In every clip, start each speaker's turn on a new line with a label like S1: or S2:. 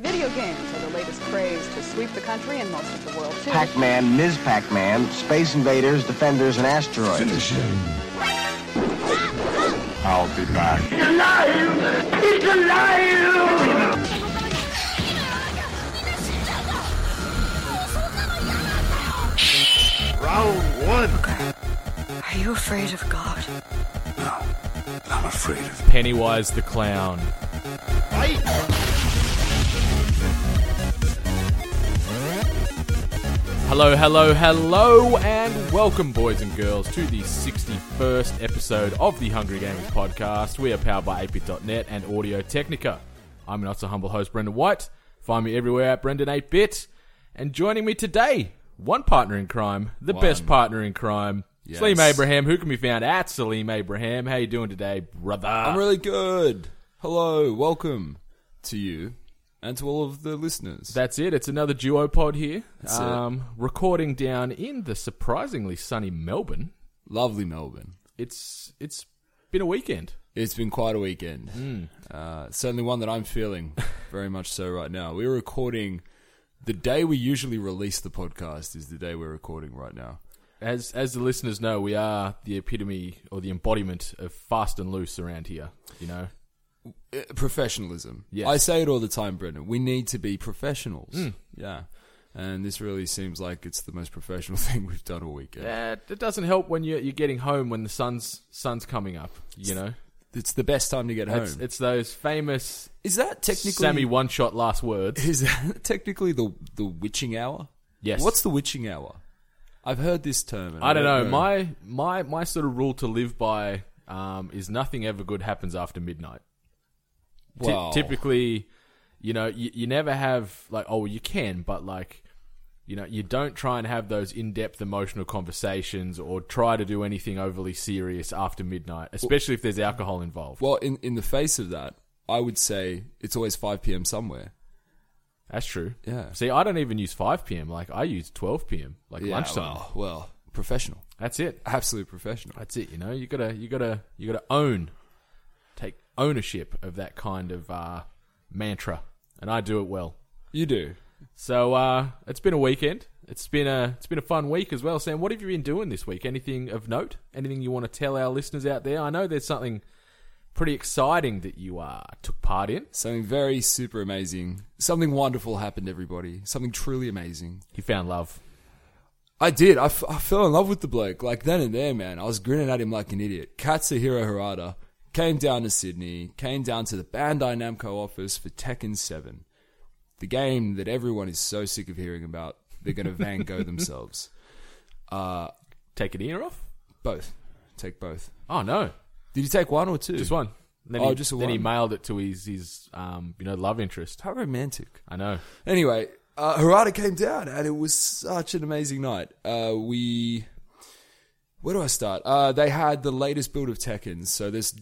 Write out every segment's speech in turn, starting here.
S1: video games are the latest craze to sweep the country and most of the world, too.
S2: Pac-Man, Ms. Pac-Man, Space Invaders, Defenders, and Asteroids.
S3: Finish him.
S4: I'll be back. He's
S5: alive! He's alive!
S6: Round one.
S7: Are you afraid of God?
S8: No, I'm afraid of
S9: Pennywise the Clown.
S6: Fight!
S9: Hello, hello, hello, and welcome, boys and girls, to the 61st episode of the Hungry Gamers podcast. We are powered by 8bit.net and Audio Technica. I'm not so humble host, Brendan White. Find me everywhere at Brendan8bit. And joining me today, one partner in crime, the
S8: One.
S9: best partner in crime,
S8: Yes.
S9: Salim Abraham, who can be found at Salim Abraham. How you doing today, brother?
S8: I'm really good. Hello, welcome to you and to all of the listeners.
S9: That's it. It's another duo pod here.
S8: That's it.
S9: um, Recording down in the surprisingly sunny Melbourne.
S8: Lovely Melbourne.
S9: It's it's been a weekend.
S8: It's been quite a weekend.
S9: Hmm.
S8: Uh, certainly one that I'm feeling very much so right now. We're recording the day we usually release the podcast is the day we're recording right now.
S9: As as the listeners know, we are the epitome or the embodiment of fast and loose around here. You know,
S8: Uh, professionalism.
S9: Yes. Hmm.
S8: I say it all the time, Brendan. We need to be professionals. Yeah. And this really seems like it's the most professional thing we've done all weekend.
S9: Eh, it doesn't help when you're you're getting home when the sun's sun's coming up. You know,
S8: It's the best time to get home.
S9: it's it's those famous
S8: is that technically
S9: Sammy one shot last words.
S8: Is that technically the the witching hour?
S9: Yes.
S8: What's the witching hour? I've heard this term. and
S9: I don't know. My my my sort of rule to live by um, is nothing ever good happens after midnight. Ty-
S8: Wow.
S9: typically, you know, you, you never have like oh you can, but like you know you don't try and have those in-depth emotional conversations or try to do anything overly serious after midnight, especially if there's alcohol involved.
S8: Well, in in the face of that, I would say it's always five p.m. somewhere.
S9: That's true.
S8: Yeah.
S9: See, I don't even use 5 p.m. Like I use 12 p.m. Like
S8: Yeah,
S9: lunchtime.
S8: Well, well, professional,
S9: That's it.
S8: absolute professional.
S9: That's it. You know, you gotta, you gotta, you gotta own, take ownership of that kind of uh, mantra, and I do it well.
S8: You do.
S9: So uh, it's been a weekend. It's been a, it's been a fun week as well. Sam, what have you been doing this week? Anything of note? Anything you want to tell our listeners out there? I know there's something pretty exciting that you uh, took part in.
S8: Something very super amazing. Something wonderful happened, everybody. Something truly amazing.
S9: You found love.
S8: I did. I, f- I fell in love with the bloke. Like then and there, man. I was grinning at him like an idiot. Katsuhiro Harada came down to Sydney, came down to the Bandai Namco office for Tekken 7. The game that everyone is so sick of hearing about. They're going to Van Gogh themselves.
S9: Take an ear off?
S8: Both. Take both.
S9: Oh no,
S8: Did you take one or two?
S9: just one. And then
S8: Oh,
S9: he,
S8: just
S9: then he
S8: one.
S9: mailed it to his his um, you know love interest.
S8: How romantic.
S9: I know.
S8: Anyway, uh, Harada came down, and it was such an amazing night. Uh, we, where do I start? Uh, they had the latest build of Tekken, so there's,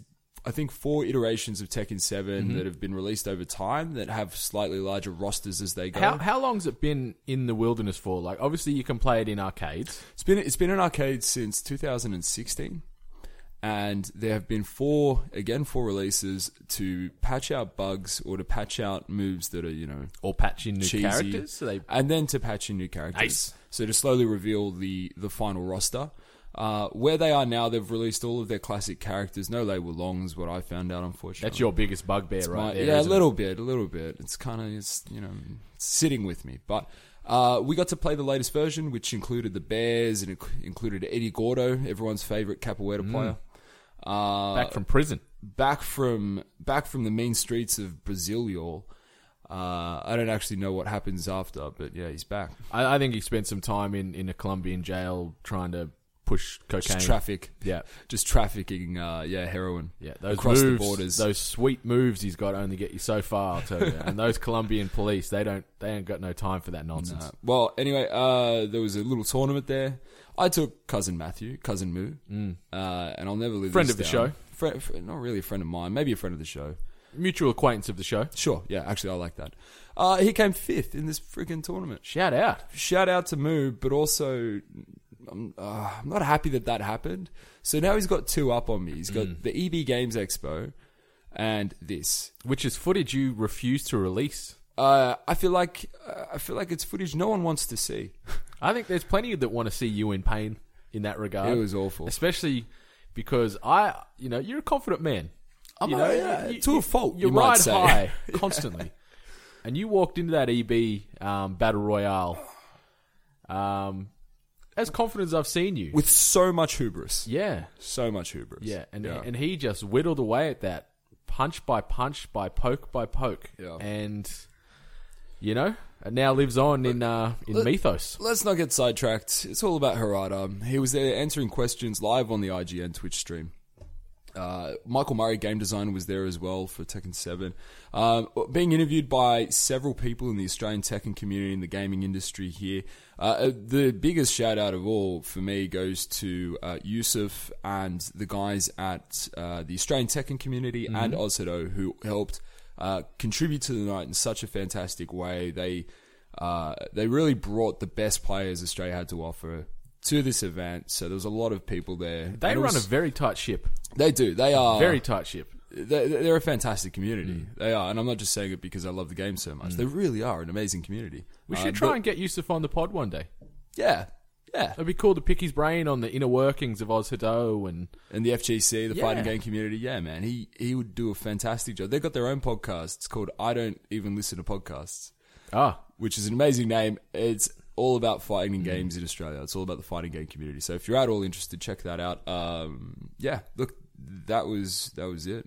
S8: I think, four iterations of Tekken 7 that have been released over time that have slightly larger rosters as they go.
S9: How how long's it been in the wilderness for? Like, obviously you can play it in arcades.
S8: It's been it's been in arcades since 2016, and there have been four again four releases to patch out bugs or to patch out moves that are you know
S9: or patch in new
S8: cheesy, Uh,
S9: characters. So they
S8: and then to patch in new characters.
S9: Nice.
S8: So to slowly reveal the the final roster. Uh, where they are now, they've released all of their classic characters. No label long is what I found out, unfortunately.
S9: that's your biggest bugbear,
S8: My-
S9: right? there,
S8: yeah, a
S9: isn't
S8: little bit, a little bit. It's kind of it's you know it's sitting with me, but. Uh, we got to play the latest version, which included the Bears and inc- included Eddie Gordo, everyone's favorite capoeira
S9: Mm.
S8: player, Uh,
S9: it? back from prison.
S8: back from back from the mean streets of Brazil, y'all. Uh, I don't actually know what happens after, but yeah, he's back.
S9: I, I think he spent some time in, in a Colombian jail trying to push cocaine.
S8: Just traffic,
S9: yeah,
S8: just trafficking, uh, yeah, heroin,
S9: yeah. Those
S8: across
S9: moves,
S8: the borders.
S9: those sweet moves he's got only get you so far. I'll tell you. and those Colombian police, they don't, they ain't got no time for that nonsense.
S8: Uh, well, anyway, uh, there was a little tournament there. I took cousin Matthew, cousin Moo, uh, and I'll never leave.
S9: Mm. Friend
S8: this
S9: of the
S8: down.
S9: show.
S8: Fri- fr- not really a friend of mine, maybe a friend of the show.
S9: Mutual acquaintance of the show.
S8: Sure, yeah, actually, I like that. Uh, he came fifth in this freaking tournament.
S9: Shout out.
S8: Shout out to Moo, but also. I'm, uh, I'm not happy that that happened. So now he's got two up on me. He's got
S9: Mm.
S8: the EB Games Expo and this.
S9: Which is footage you refuse to release.
S8: Uh, I feel like uh, I feel like it's footage no one wants to see.
S9: I think there's plenty that want to see you in pain in that regard.
S8: It was awful.
S9: especially because I, you know, you're a confident man.
S8: I'm
S9: You
S8: a-
S9: know,
S8: yeah, to a fault,
S9: You,
S8: you might
S9: ride
S8: say.
S9: high constantly, and you walked into that EB um, battle royale um, as confident as I've seen you.
S8: With so much hubris,
S9: yeah,
S8: so much hubris.
S9: yeah, and and he just whittled away at that punch by punch by poke by poke,
S8: Yeah.
S9: and you know, it now lives on in uh, in mythos.
S8: Let's not get sidetracked. It's all about Harada. He was there answering questions live on the IGN Twitch stream. Uh, Michael Murray, game designer, was there as well for Tekken 7. Um, being interviewed by several people in the Australian Tekken community and the gaming industry here. Uh, Uh, the biggest shout out of all for me goes to uh, Yusuf and the guys at uh, the Australian Tekken community
S9: Mm-hmm.
S8: and Ozhedo who helped uh, contribute to the night in such a fantastic way. They uh, they really brought the best players Australia had to offer to this event. So there was a lot of people there.
S9: They
S8: And
S9: run a
S8: also-
S9: very tight ship,
S8: they do. They are
S9: very tight ship.
S8: They're, they're a fantastic community.
S9: Mm.
S8: They are, and I'm not just saying it because I love the game so much. They really are an amazing community.
S9: We
S8: Uh,
S9: should try
S8: but-
S9: and get Yusuf on the pod one day.
S8: yeah, yeah.
S9: It'd be cool to pick his brain on the inner workings of Oz Hado and
S8: And the FGC, the
S9: Yeah.
S8: fighting game community. Yeah, man, he he would do a fantastic job. They've got their own podcast. It's called I Don't Even Listen to Podcasts,
S9: ah,
S8: which is an amazing name. It's all about fighting and games in Australia. It's all about the fighting game community. So if you're at all interested, check that out. Um, yeah, look, that was that was it.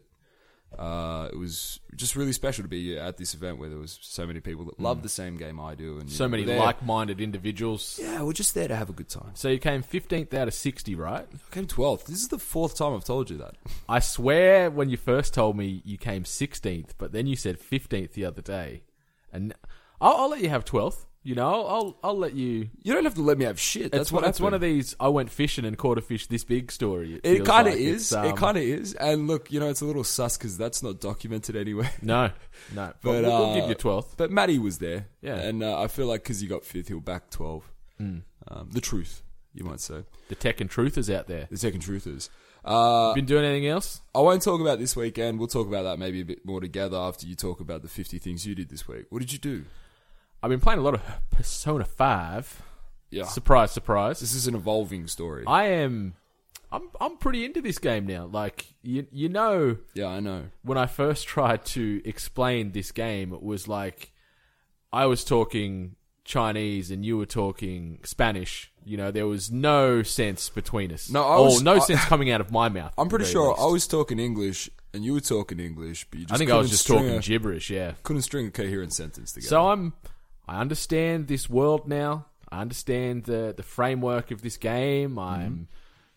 S8: Uh, it was just really special to be at this event where there was so many people that love the same game I do, and you
S9: so
S8: know,
S9: many
S8: we're there-
S9: like-minded individuals.
S8: Yeah, we're just there to have a good time.
S9: So you came fifteenth out of sixty, right?
S8: I came twelfth. This is the fourth time I've told you that.
S9: I swear, when you first told me you came sixteenth, but then you said fifteenth the other day, and I'll, I'll let you have twelfth. You know, I'll I'll let you.
S8: You don't have to let me have shit. That's
S9: it's,
S8: what.
S9: it's one of
S8: happened.
S9: these. I went fishing and caught a fish this big story.
S8: It
S9: feels
S8: kind of
S9: like.
S8: is.
S9: It's, um,
S8: it kind of is. And look, you know, it's a little sus because that's not documented anyway.
S9: no, no. But, we'll,
S8: But
S9: we'll
S8: uh,
S9: give you twelfth.
S8: But Matty was there.
S9: Yeah. Hmm.
S8: And uh, I feel like because you got fifth, he'll back 12. Um, the truth, you might say.
S9: The tech and truth is out there.
S8: The second truth is. Uh,
S9: Been doing anything else?
S8: I won't talk about this weekend. We'll talk about that maybe a bit more together after you talk about the 50 things you did this week. What did you do?
S9: I've been playing a lot of Persona Five.
S8: Yeah.
S9: Surprise, surprise.
S8: this is an evolving story.
S9: I am. I'm I'm pretty into this game now. Like you you know
S8: yeah, I know.
S9: when I first tried to explain this game it was like I was talking Chinese and you were talking Spanish. You know there was no sense between us.
S8: No, I
S9: Or
S8: was-
S9: no
S8: I-
S9: sense coming out of my mouth.
S8: I'm pretty
S9: at the
S8: sure
S9: very
S8: I
S9: least.
S8: was talking English and you were talking English, but you just
S9: I think I
S8: couldn't
S9: was just
S8: string
S9: talking
S8: a-
S9: gibberish. Yeah.
S8: couldn't string a coherent sentence together.
S9: So I'm I understand this world now. I understand the the framework of this
S8: Mm-hmm.
S9: game. I'm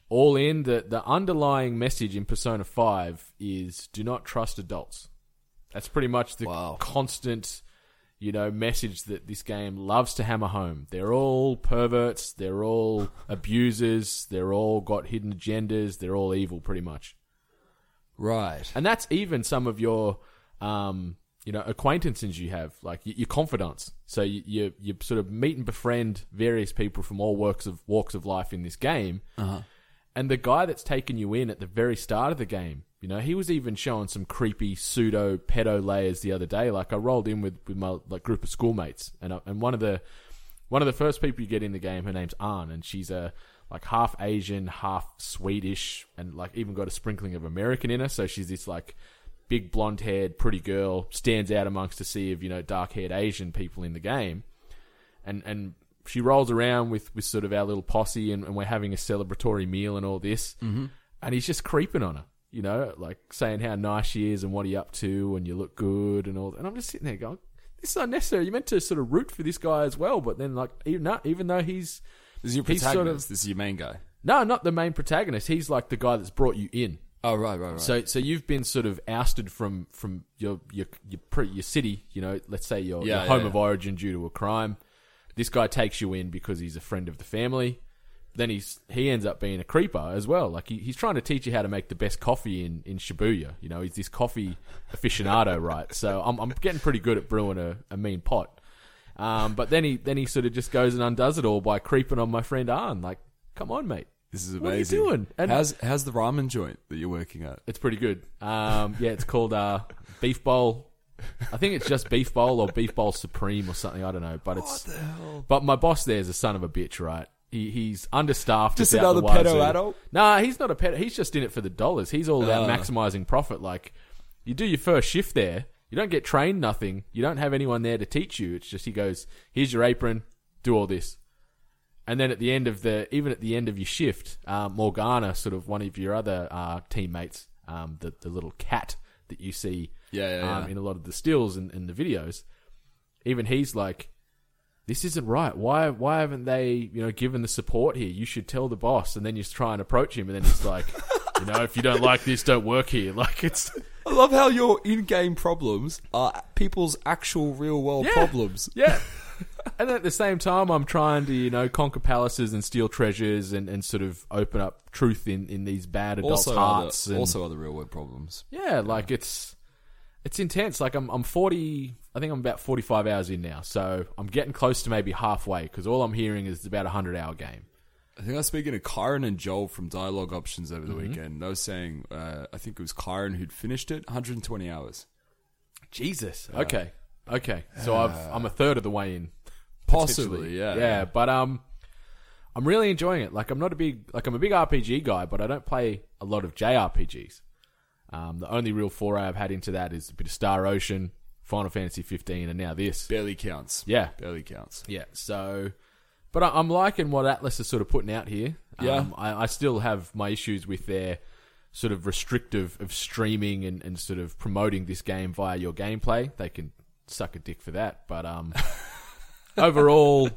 S9: all in. The the underlying message in Persona 5 is do not trust adults. That's pretty much the
S8: Wow.
S9: constant you know message that this game loves to hammer home. They're all perverts, they're all abusers, they're all got hidden agendas, they're all evil pretty much.
S8: right.
S9: And that's even some of your, um, you know, acquaintances you have, like y- your confidants. So you, you you sort of meet and befriend various people from all works of walks of life in this game. And the guy that's taken you in at the very start of the game, you know, he was even showing some creepy pseudo pedo layers the other day. Like I rolled in with, with my like group of schoolmates, and I, and one of the one of the first people you get in the game, her name's Arn, and she's a like half Asian, half Swedish, and like even got a sprinkling of American in her. So she's this like big blonde haired, pretty girl, stands out amongst a sea of you know dark haired Asian people in the game, and and she rolls around with with sort of our little posse, and, and we're having a celebratory meal and all this, mm-hmm. and he's just creeping on her. You know, like saying how nice she is and what he up to, and you look good and all. that. And I'm just sitting there going, "This is unnecessary." You meant to sort of root for this guy as well, but then like, even no, even though he's
S8: This is your
S9: He's
S8: protagonist.
S9: sort of-
S8: This is your main guy.
S9: no, not the main protagonist. He's like the guy that's brought you in.
S8: Oh right, right, right.
S9: So, so you've been sort of ousted from from your your your, pre- your city. You know, let's say your,
S8: Yeah,
S9: your
S8: yeah,
S9: home
S8: yeah.
S9: of origin due to a crime. This guy takes you in because he's a friend of the family. Then he's he ends up being a creeper as well. Like he, he's trying to teach you how to make the best coffee in, in Shibuya. You know, he's this coffee aficionado, right? So I'm I'm getting pretty good at brewing a, a mean pot. Um, but then he then he sort of just goes and undoes it all by creeping on my friend Arn. Like, come on, mate.
S8: this is
S9: what are you
S8: amazing.
S9: doing? And-
S8: how's how's the ramen joint that you're working at?
S9: It's pretty good. Um, yeah, it's called uh, Beef Bowl I think it's just beef bowl or beef bowl supreme or something. I don't know, but it's. But my boss there is a son of a bitch, right? He, he's understaffed.
S8: Just
S9: it's out
S8: another
S9: the wazoo.
S8: pedo adult?
S9: Nah, he's not a pedo. He's just in it for the dollars. He's all about
S8: Ah.
S9: maximizing profit. Like, you do your first shift there, you don't get trained nothing. You don't have anyone there to teach you. It's just he goes, "Here's your apron, do all this." And then at the end of the, even at the end of your shift, uh, Morgana, sort of one of your other uh, teammates, um, the the little cat that you see,
S8: Yeah, yeah,
S9: um,
S8: yeah.
S9: in a lot of the stills and, and the videos, even he's like, "This isn't right. Why why haven't they you know given the support here? You should tell the boss." And then you just try and approach him, and then he's like, "You know, if you don't like this, don't work here." Like it's
S8: I love how your in-game problems are people's actual real-world
S9: Yeah.
S8: problems.
S9: Yeah. and at the same time, I'm trying to, you know, conquer palaces and steal treasures and, and sort of open up truth in, in these bad adults'
S8: Also, other,
S9: hearts. and-
S8: also other real-world problems.
S9: yeah, like it's it's intense. Like I'm I'm 40. I think I'm about 45 hours in now, so I'm getting close to maybe halfway because all I'm hearing is it's about a hundred hour game.
S8: I think I was speaking to Kyron and Joel from Dialogue Options over the
S9: Mm-hmm.
S8: weekend. They were saying, uh, I think it was Kyron who'd finished it, 120 hours.
S9: Jesus. Okay. Okay. So
S8: uh,
S9: I've I'm a third of the way in.
S8: Possibly,
S9: Potentially.
S8: yeah.
S9: Yeah, but um I'm really enjoying it. Like I'm not a big like I'm a big RPG guy, but I don't play a lot of JRPGs. Um, the only real foray I've had into that is a bit of Star Ocean, Final Fantasy 15, and now this.
S8: Barely counts.
S9: Yeah.
S8: Barely counts.
S9: Yeah. So, but I, I'm liking what Atlas is sort of putting out here.
S8: Yeah.
S9: Um, I, I still have my issues with their sort of restrictive of streaming and, and sort of promoting this game via your gameplay. They can suck a dick for that. But um, overall,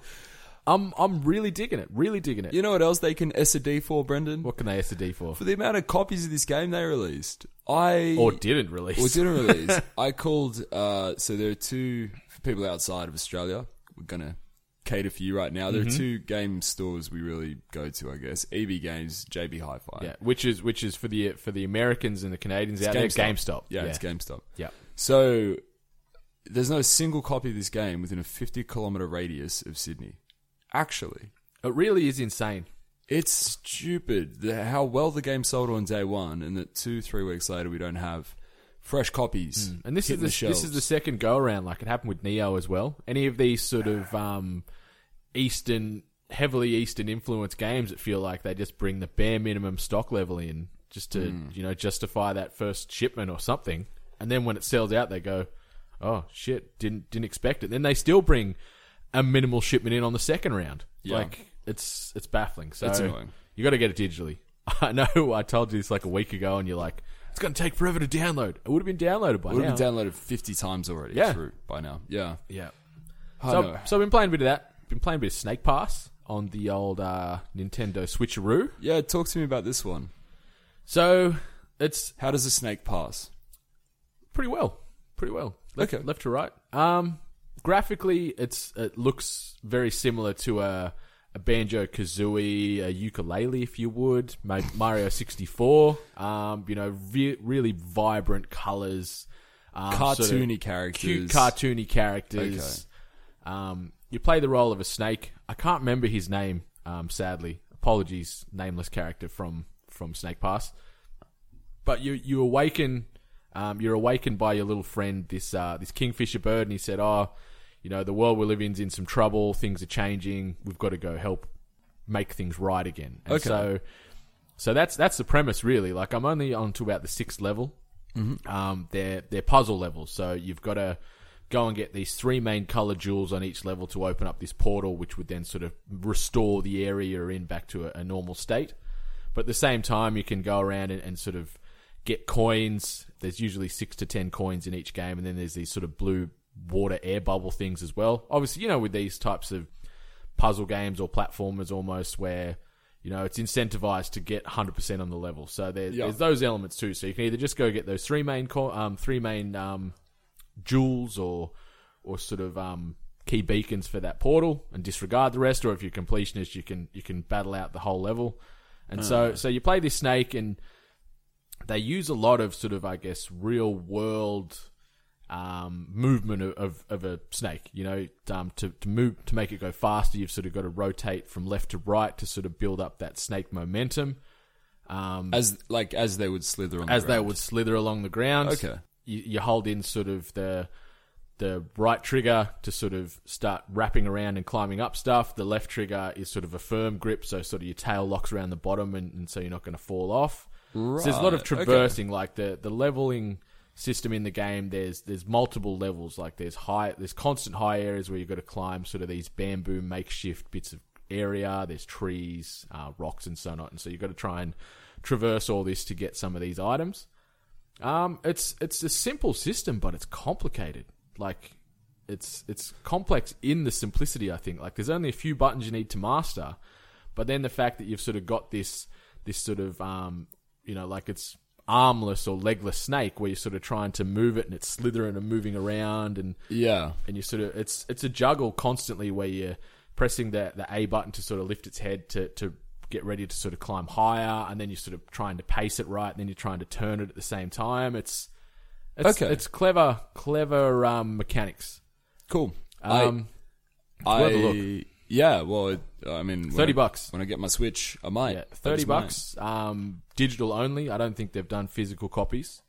S9: I'm I'm really digging it. Really digging it.
S8: You know what else they can SAD for, Brendan?
S9: what can they SD for?
S8: For the amount of copies of this game they released, I
S9: Or didn't release?
S8: Well, didn't release. I called. Uh, so there are two for people outside of Australia. We're gonna cater for you right now. There are two game stores we really go to. I guess EB Games, JB Hi-Fi.
S9: yeah. Which is which is for the for the Americans and the Canadians out there. GameStop.
S8: Yeah, it's GameStop.
S9: Yeah.
S8: So there's no single copy of this game within a 50 kilometer radius of Sydney. Actually,
S9: It really is insane.
S8: it's stupid the, how well the game sold on day one, and that two, three weeks later we don't have fresh copies.
S9: Mm. And this is
S8: hitting
S9: the,
S8: shelves.
S9: this is the second go around. Like it happened with Neo as well. Any of these sort of um, Eastern, heavily Eastern influenced games that feel like they just bring the bare minimum stock level in just to
S8: Hmm.
S9: you know justify that first shipment or something. And then when it sells out, they go, "Oh shit, didn't didn't expect it." Then they still bring a minimal shipment in on the second round.
S8: Yeah.
S9: Like it's it's baffling. So
S8: It's annoying.
S9: you got to get it digitally. I know I told you this like a week ago, and you're like, "It's going to take forever to download." It would have been downloaded by
S8: Would
S9: now.
S8: have been downloaded 50 times already
S9: Yeah.
S8: through by now. Yeah.
S9: Yeah.
S8: I
S9: So,
S8: know.
S9: so I've been playing a bit of that. Been playing a bit of Snake Pass on the old uh, Nintendo Switcheroo.
S8: Yeah, talk to me about this one.
S9: So it's
S8: How does a snake pass?
S9: pretty well, pretty well. Left,
S8: Okay.
S9: left to right. Um, graphically, it's it looks very similar to a, a banjo kazooie, a ukulele, if you would, ma- Mario sixty four. Um, you know, re- really vibrant colors, um, sort of
S8: Cartoony characters.
S9: cute cartoony characters. Um, you play the role of a snake. I can't remember his name, um, sadly. Apologies, nameless character from from Snake Pass. But you you awaken, um, you're awakened by your little friend, this uh, this kingfisher bird, and he said, "Oh, you know, the world we live in's in some trouble. Things are changing. We've got to go help make things right again." And
S8: Okay.
S9: So, so that's that's the premise, really. Like I'm only on to about the sixth level. Um, they're they're puzzle levels, so you've got to go and get these three main color jewels on each level to open up this portal, which would then sort of restore the area you're in back to a, a normal state. But at the same time, you can go around and, and sort of get coins. There's usually six to ten coins in each game, and then there's these sort of blue water air bubble things as well. Obviously, you know, with these types of puzzle games or platformers almost where you know it's incentivized to get 100% on the level so there,
S8: Yeah.
S9: there's those elements too so you can either just go get those three main co- um, three main um, jewels or or sort of um, key beacons for that portal and disregard the rest or if you're completionist you can you can battle out the whole level and so so you play this snake and they use a lot of sort of i guess real world um, movement of, of, of a snake. You know, um, to, to move to make it go faster, you've sort of got to rotate from left to right to sort of build up that snake momentum
S8: As like as they would slither on the
S9: as they
S8: ground.
S9: would slither along the ground.
S8: Okay.
S9: you, you hold in sort of the the right trigger to sort of start wrapping around and climbing up stuff. The left trigger is sort of a firm grip, so sort of your tail locks around the bottom, and, and so you're not going to fall off. So there's a lot of
S8: Right, okay.
S9: traversing, like the the leveling system in the game. There's there's multiple levels, like there's high, there's constant high areas where you've got to climb sort of these bamboo makeshift bits of area. There's trees, uh, rocks, and so on. And so you've got to try and traverse all this to get some of these items. Um, it's it's a simple system, but it's complicated. Like it's it's complex in the simplicity. I think like there's only a few buttons you need to master, but then the fact that you've sort of got this this sort of um, you know like it's armless or legless snake where you're sort of trying to move it and it's slithering and moving around and
S8: Yeah.
S9: and you sort of it's it's a juggle constantly where you're pressing the the A button to sort of lift its head to to get ready to sort of climb higher, and then you're sort of trying to pace it right, and then you're trying to turn it at the same time. It's it's,
S8: Okay.
S9: it's clever, clever um, mechanics.
S8: Cool.
S9: Um,
S8: I,
S9: worth a look.
S8: I- yeah. Well, it, I mean, when
S9: 30
S8: I-
S9: bucks.
S8: when I get my Switch. I might.
S9: yeah,
S8: I
S9: thirty
S8: just might.
S9: bucks, um, digital only. I don't think they've done physical copies,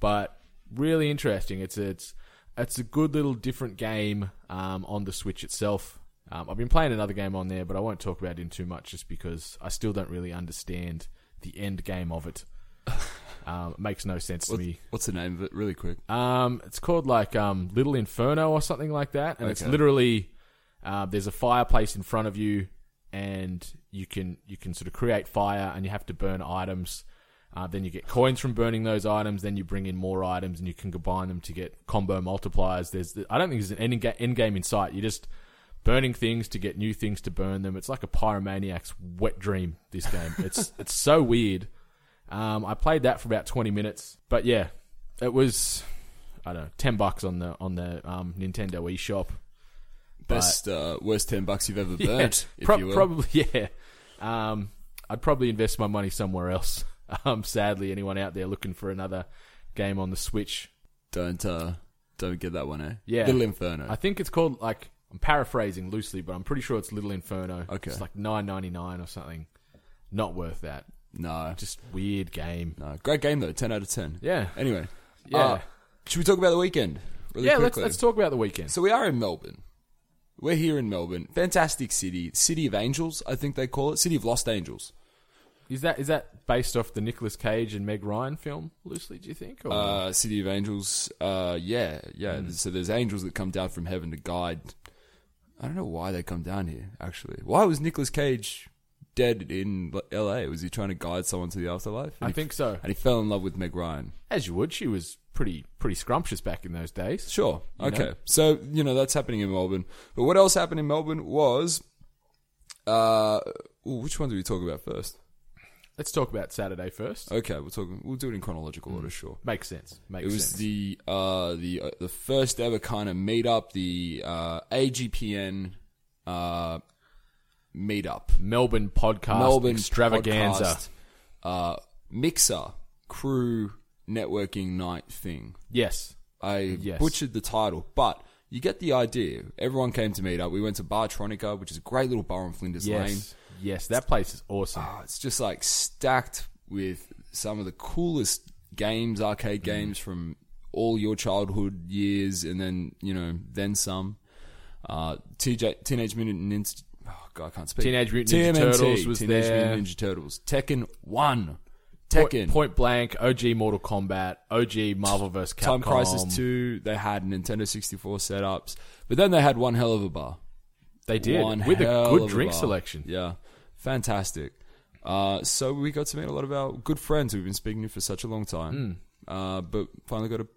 S9: but really interesting. It's it's it's a good little different game um, on the Switch itself. Um, I've been playing another game on there, but I won't talk about it in too much, just because I still don't really understand the end game of it. um, it makes no sense to me.
S8: What's the name of it? Really quick.
S9: Um, it's called like um, Little Inferno or something like that, and it's
S8: Okay.
S9: literally uh, there's a fireplace in front of you, and you can you can sort of create fire, and you have to burn items. Uh, then you get coins from burning those items. Then you bring in more items, and you can combine them to get combo multipliers. There's I don't think there's an end, ga- end game in sight. You're just burning things to get new things to burn them. It's like a pyromaniac's wet dream. This game. It's it's so weird. Um, I played that for about 20 minutes, but yeah, it was I don't know, 10 bucks on the on the um, Nintendo eShop.
S8: Best uh, worst ten bucks you've ever burnt.
S9: Yeah,
S8: if
S9: prob-
S8: you will.
S9: probably yeah. Um, I'd probably invest my money somewhere else. Um, sadly, anyone out there looking for another game on the Switch,
S8: Don't uh, don't get that one, eh?
S9: Yeah.
S8: Little Inferno.
S9: I think it's called like I'm paraphrasing loosely, but I'm pretty sure it's Little Inferno.
S8: Okay.
S9: it's like 9.99 or something. Not worth that.
S8: no.
S9: Just weird game.
S8: No. Great game though. Ten out of ten.
S9: Yeah.
S8: Anyway.
S9: Yeah.
S8: uh, should we talk about the weekend? Really
S9: yeah,
S8: quickly?
S9: let's let's talk about the weekend.
S8: So we are in Melbourne. We're here in Melbourne. Fantastic city. City of Angels, I think they call it. City of Lost Angels.
S9: Is that is that based off the Nicolas Cage and Meg Ryan film loosely? Do you think? Or?
S8: Uh, city of Angels. Uh, yeah, yeah.
S9: Hmm.
S8: So there's angels that come down from heaven to guide. I don't know why they come down here, actually. Why was Nicolas Cage dead in L- LA? Was he trying to guide someone to the afterlife?
S9: I
S8: And he-
S9: think so.
S8: And he fell in love with Meg Ryan.
S9: As you would, she was pretty pretty scrumptious back in those days.
S8: Sure. Okay.
S9: know?
S8: So, you know, that's happening in Melbourne. But what else happened in Melbourne was. Uh, ooh, which one do we talk about first?
S9: Let's talk about Saturday first.
S8: Okay, we'll talk. We'll do it in
S9: Mm.
S8: chronological order, sure.
S9: Makes sense. Makes
S8: It was
S9: sense.
S8: the uh, the uh, the first ever kind of meetup, the uh, AGPN uh, meetup,
S9: Melbourne podcast
S8: Melbourne
S9: extravaganza.
S8: podcast, uh, mixer crew networking night thing.
S9: Yes.
S8: I
S9: Yes.
S8: butchered the title, but you get the idea. Everyone came to meet up. We went to Bar Tronica, which is a great little bar on Flinders
S9: Yes.
S8: Lane.
S9: Yes. That place is awesome.
S8: Oh, it's just like stacked with some of the coolest games,
S9: Mm.
S8: arcade games from all your childhood years, and then you know, then some. Uh, TJ, Teenage Mutant Ninja. Oh God, I can't speak.
S9: Teenage Mutant Ninja Turtles was
S8: Teenage
S9: there.
S8: Mutant Ninja Turtles. Tekken One.
S9: Point-
S8: Tekken.
S9: Point Blank, OG Mortal Kombat, OG Marvel vs. Capcom,
S8: Time Crisis Two. They had Nintendo sixty four setups, but then they had one hell of a bar.
S9: They did
S8: One
S9: with a
S8: hell of
S9: good drink
S8: bar.
S9: selection.
S8: Yeah, fantastic. Uh, so we got to meet a lot of our good friends who've been speaking to for such a long time, uh, but finally got to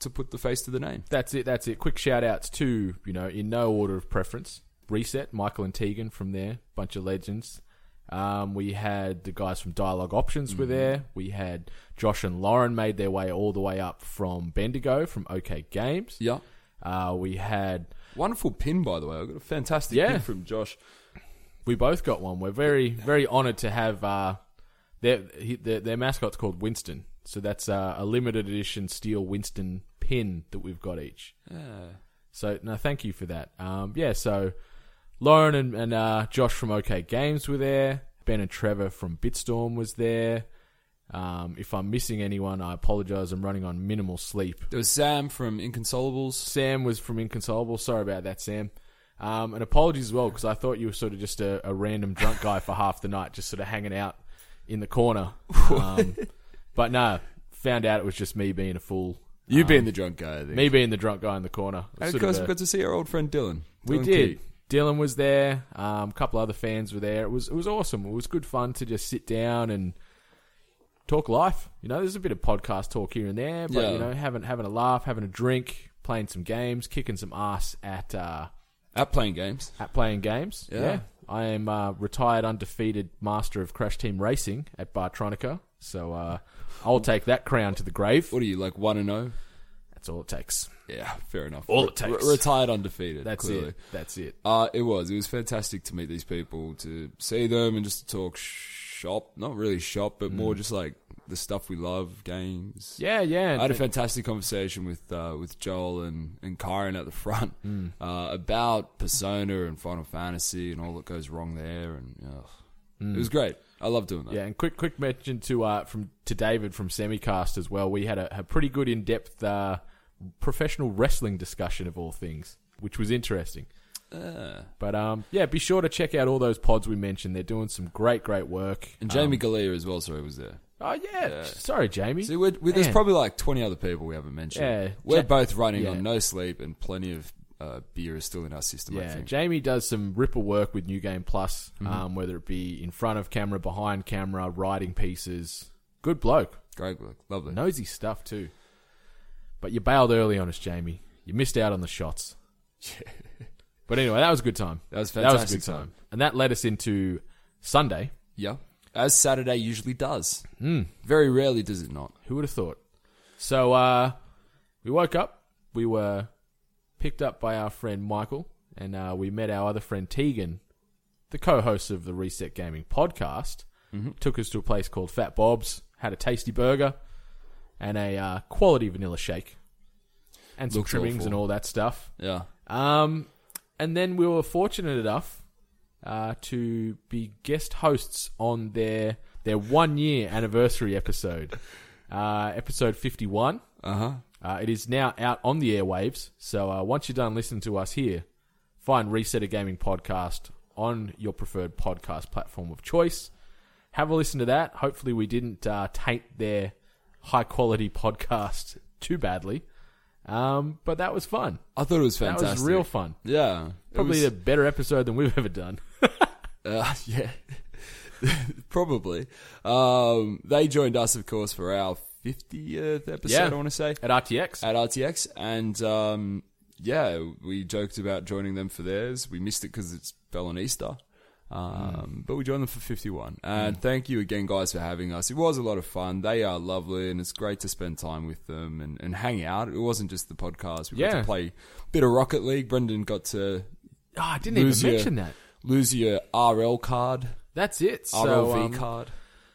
S8: to put the face to the name.
S9: That's it. That's it. Quick shout outs to, you know, in no order of preference. Reset, Michael and Tegan from there, bunch of legends. Um, we had the guys from Dialogue Options were there. We had Josh and Lauren made their way all the way up from Bendigo from OK Games.
S8: Yeah,
S9: Uh, we had
S8: wonderful pin by the way. I got a fantastic
S9: Yeah.
S8: pin from Josh.
S9: we both got one. We're very very honoured to have uh, their, he, their their mascot's called Winston. So that's uh, a limited edition steel Winston pin that we've got each. So no, thank you for that. Um, yeah, so Lauren and, and uh, Josh from OK Games were there. Ben and Trevor from Bitstorm was there. Um, if I'm missing anyone, I apologize. I'm running on minimal sleep.
S8: There was Sam from Inconsolables.
S9: Sam was from Inconsolable. Sorry about that, Sam. Um, and apologies as well because I thought you were sort of just a, a random drunk guy for half the night, just sort of hanging out in the corner. Um, but no, found out it was just me being a fool.
S8: You being the drunk guy, I think.
S9: Me being the drunk guy in the corner. It was
S8: And Um, of
S9: sort
S8: course,
S9: a-
S8: we got to see our old friend Dylan.
S9: we
S8: Dylan
S9: did.
S8: Keat.
S9: Dylan was there. Um, a couple other fans were there. It was it was awesome. It was good fun to just sit down and talk life. You know, there's a bit of podcast talk here and there, but
S8: Yeah.
S9: you know, having having a laugh, having a drink, playing some games, kicking some ass at uh,
S8: At playing games.
S9: at playing games.
S8: Yeah.
S9: I am uh, retired undefeated master of Crash Team Racing at Bartronica. So uh, I'll take that crown to the grave.
S8: What are you, like 1 and oh? 0?
S9: That's all it takes.
S8: Yeah, fair enough.
S9: All it takes.
S8: retired undefeated.
S9: That's
S8: clearly.
S9: it. That's it.
S8: Uh, it was. It was fantastic to meet these people, to see them, and just to talk shop. Not really shop, but more just like the stuff we love, games.
S9: Mm. Yeah, yeah.
S8: I had a fantastic conversation with uh, with Joel and, and Kyron at the front
S9: Mm.
S8: uh, about Persona and Final Fantasy and all that goes wrong there, and ugh. it was great. I love doing that.
S9: Mm. Yeah, and quick quick mention to uh from to David from Semicast as well. We had a, a pretty good in depth uh, professional wrestling discussion of all things, which was interesting.
S8: Ah.
S9: But um, yeah, be sure to check out all those pods we mentioned. They're doing some great great work.
S8: And Jamie
S9: Um,
S8: Galea as well, sorry, was there.
S9: Oh yeah, sorry Jamie.
S8: See, we're, we there's
S9: Man.
S8: probably like 20 other people we haven't mentioned.
S9: Yeah.
S8: We're
S9: Ja-
S8: both running
S9: yeah.
S8: on no sleep, and plenty of uh, beer is still in our system, I
S9: Yeah,
S8: think.
S9: Jamie does some ripple work with New Game Plus,
S8: Mm-hmm.
S9: um, whether it be in front of camera, behind camera, writing pieces. Good bloke,
S8: Great work. Lovely.
S9: nosy stuff too. But you bailed early on us, Jamie. You missed out on the shots. but anyway, that was a good time.
S8: That was
S9: That was a
S8: fantastic
S9: good time.
S8: time.
S9: and that led us into Sunday.
S8: Yeah. As Saturday usually does.
S9: Hmm.
S8: Very rarely does it not.
S9: Who would have thought? So uh, we woke up. We were picked up by our friend Michael, and uh, we met our other friend Tegan, the co-host of the Reset Gaming podcast.
S8: Mm-hmm.
S9: Took us to a place called Fat Bob's. Had a tasty burger and a uh, quality vanilla shake, and some
S8: Looks
S9: trimmings
S8: awful.
S9: and all that stuff.
S8: Yeah.
S9: Um, and then we were fortunate enough uh, to be guest hosts on their their one year anniversary episode, uh, episode fifty one.
S8: Uh-huh.
S9: Uh, it is now out on the airwaves. So uh, once you're done listening to us here, find Reset a Gaming podcast on your preferred podcast platform of choice. Have a listen to that. Hopefully, we didn't uh, taint their high quality podcast too badly. Um, but that was fun.
S8: I thought it was
S9: That
S8: fantastic.
S9: was real fun.
S8: Yeah. It
S9: Probably
S8: was-
S9: a better episode than we've ever done.
S8: Uh, yeah, probably. Um, they joined us, of course, for our 50th episode,
S9: Yeah.
S8: I want to say,
S9: At RTX.
S8: at RTX. And um, yeah, we joked about joining them for theirs. We missed it because it fell on Easter.
S9: Mm.
S8: Um, But we joined them for 51. And thank you again, guys, for having us. It was a lot of fun. They are lovely, and it's great to spend time with them and, and hang out. It wasn't just the podcast. We got
S9: Yeah.
S8: to play a bit of Rocket League. Brendan got to
S9: oh, I didn't
S8: lose
S9: even
S8: your,
S9: mention that.
S8: lose your RL card.
S9: That's it. So,
S8: RLV
S9: um,
S8: card.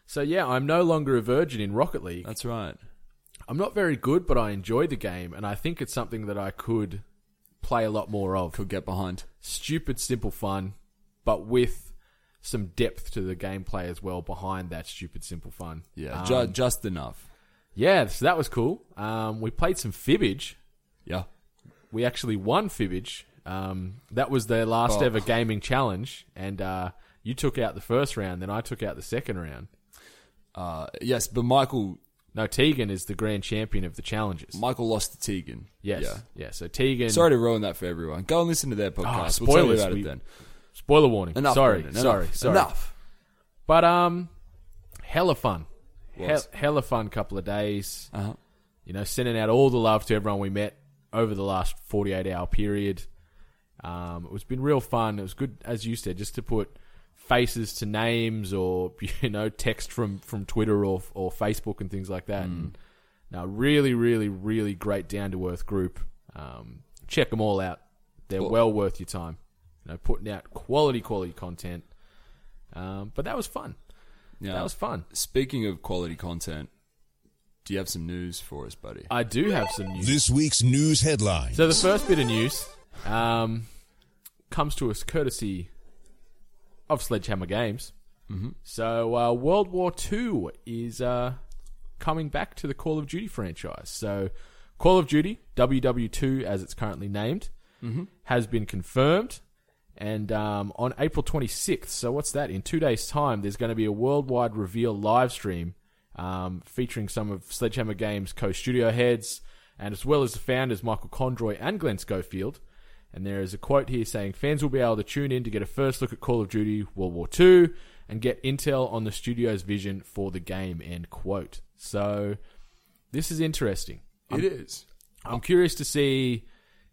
S9: so yeah, I'm no longer a virgin in Rocket League.
S8: That's right.
S9: I'm not very good, but I enjoy the game, and I think it's something that I could play a lot more of.
S8: Could get behind.
S9: Stupid, simple fun, but with some depth to the gameplay as well behind that stupid, simple fun.
S8: Yeah,
S9: Um,
S8: ju- just enough.
S9: yeah. So that was cool. Um, we played some Fibbage.
S8: Yeah.
S9: we actually won Fibbage. Um, that was their last
S8: Oh.
S9: ever gaming challenge, and uh, you took out the first round, then I took out the second round.
S8: Uh, yes, but Michael
S9: No, Tegan is the grand champion of the challenges.
S8: Michael lost to Tegan.
S9: yes, yeah.
S8: Yeah.
S9: So Tegan,
S8: Sorry to ruin that for everyone. Go and listen to their podcast.
S9: Ah,
S8: we'll tell you
S9: spoilers.
S8: about
S9: We-
S8: it then.
S9: spoiler warning.
S8: Enough.
S9: sorry,
S8: Brendan,
S9: sorry,
S8: enough.
S9: sorry.
S8: Enough.
S9: But um, hella fun, he-
S8: Was.
S9: hella fun couple of days. You know, sending out all the love to everyone we met over the last forty-eight hour period. Um, it's been real fun. It was good, as you said, just to put faces to names or you know text from from Twitter or or Facebook and things like that. And now, really, really, really great down to earth group. Um, check them all out. They're well worth your time. You know, putting out quality, quality content. Um, but that was fun.
S8: Yeah.
S9: That was fun.
S8: Speaking of quality content, do you have some news for us, buddy?
S9: I do have some news.
S3: This week's news headline.
S9: So the first bit of news um, comes to us courtesy of Sledgehammer Games. Mm-hmm. So uh, World War Two is uh, coming back to the Call of Duty franchise. So, Call of Duty WW2, as it's currently named, has been confirmed. And um, on April 26th, so what's that? In two days' time, there's going to be a worldwide reveal live stream um, featuring some of Sledgehammer Games' co studio heads, and as well as the founders Michael Condroy and Glenn Schofield. And there is a quote here saying fans will be able to tune in to get a first look at Call of Duty World War II and get intel on the studio's vision for the game. End quote. So this is interesting.
S8: It is.
S9: I'm curious to see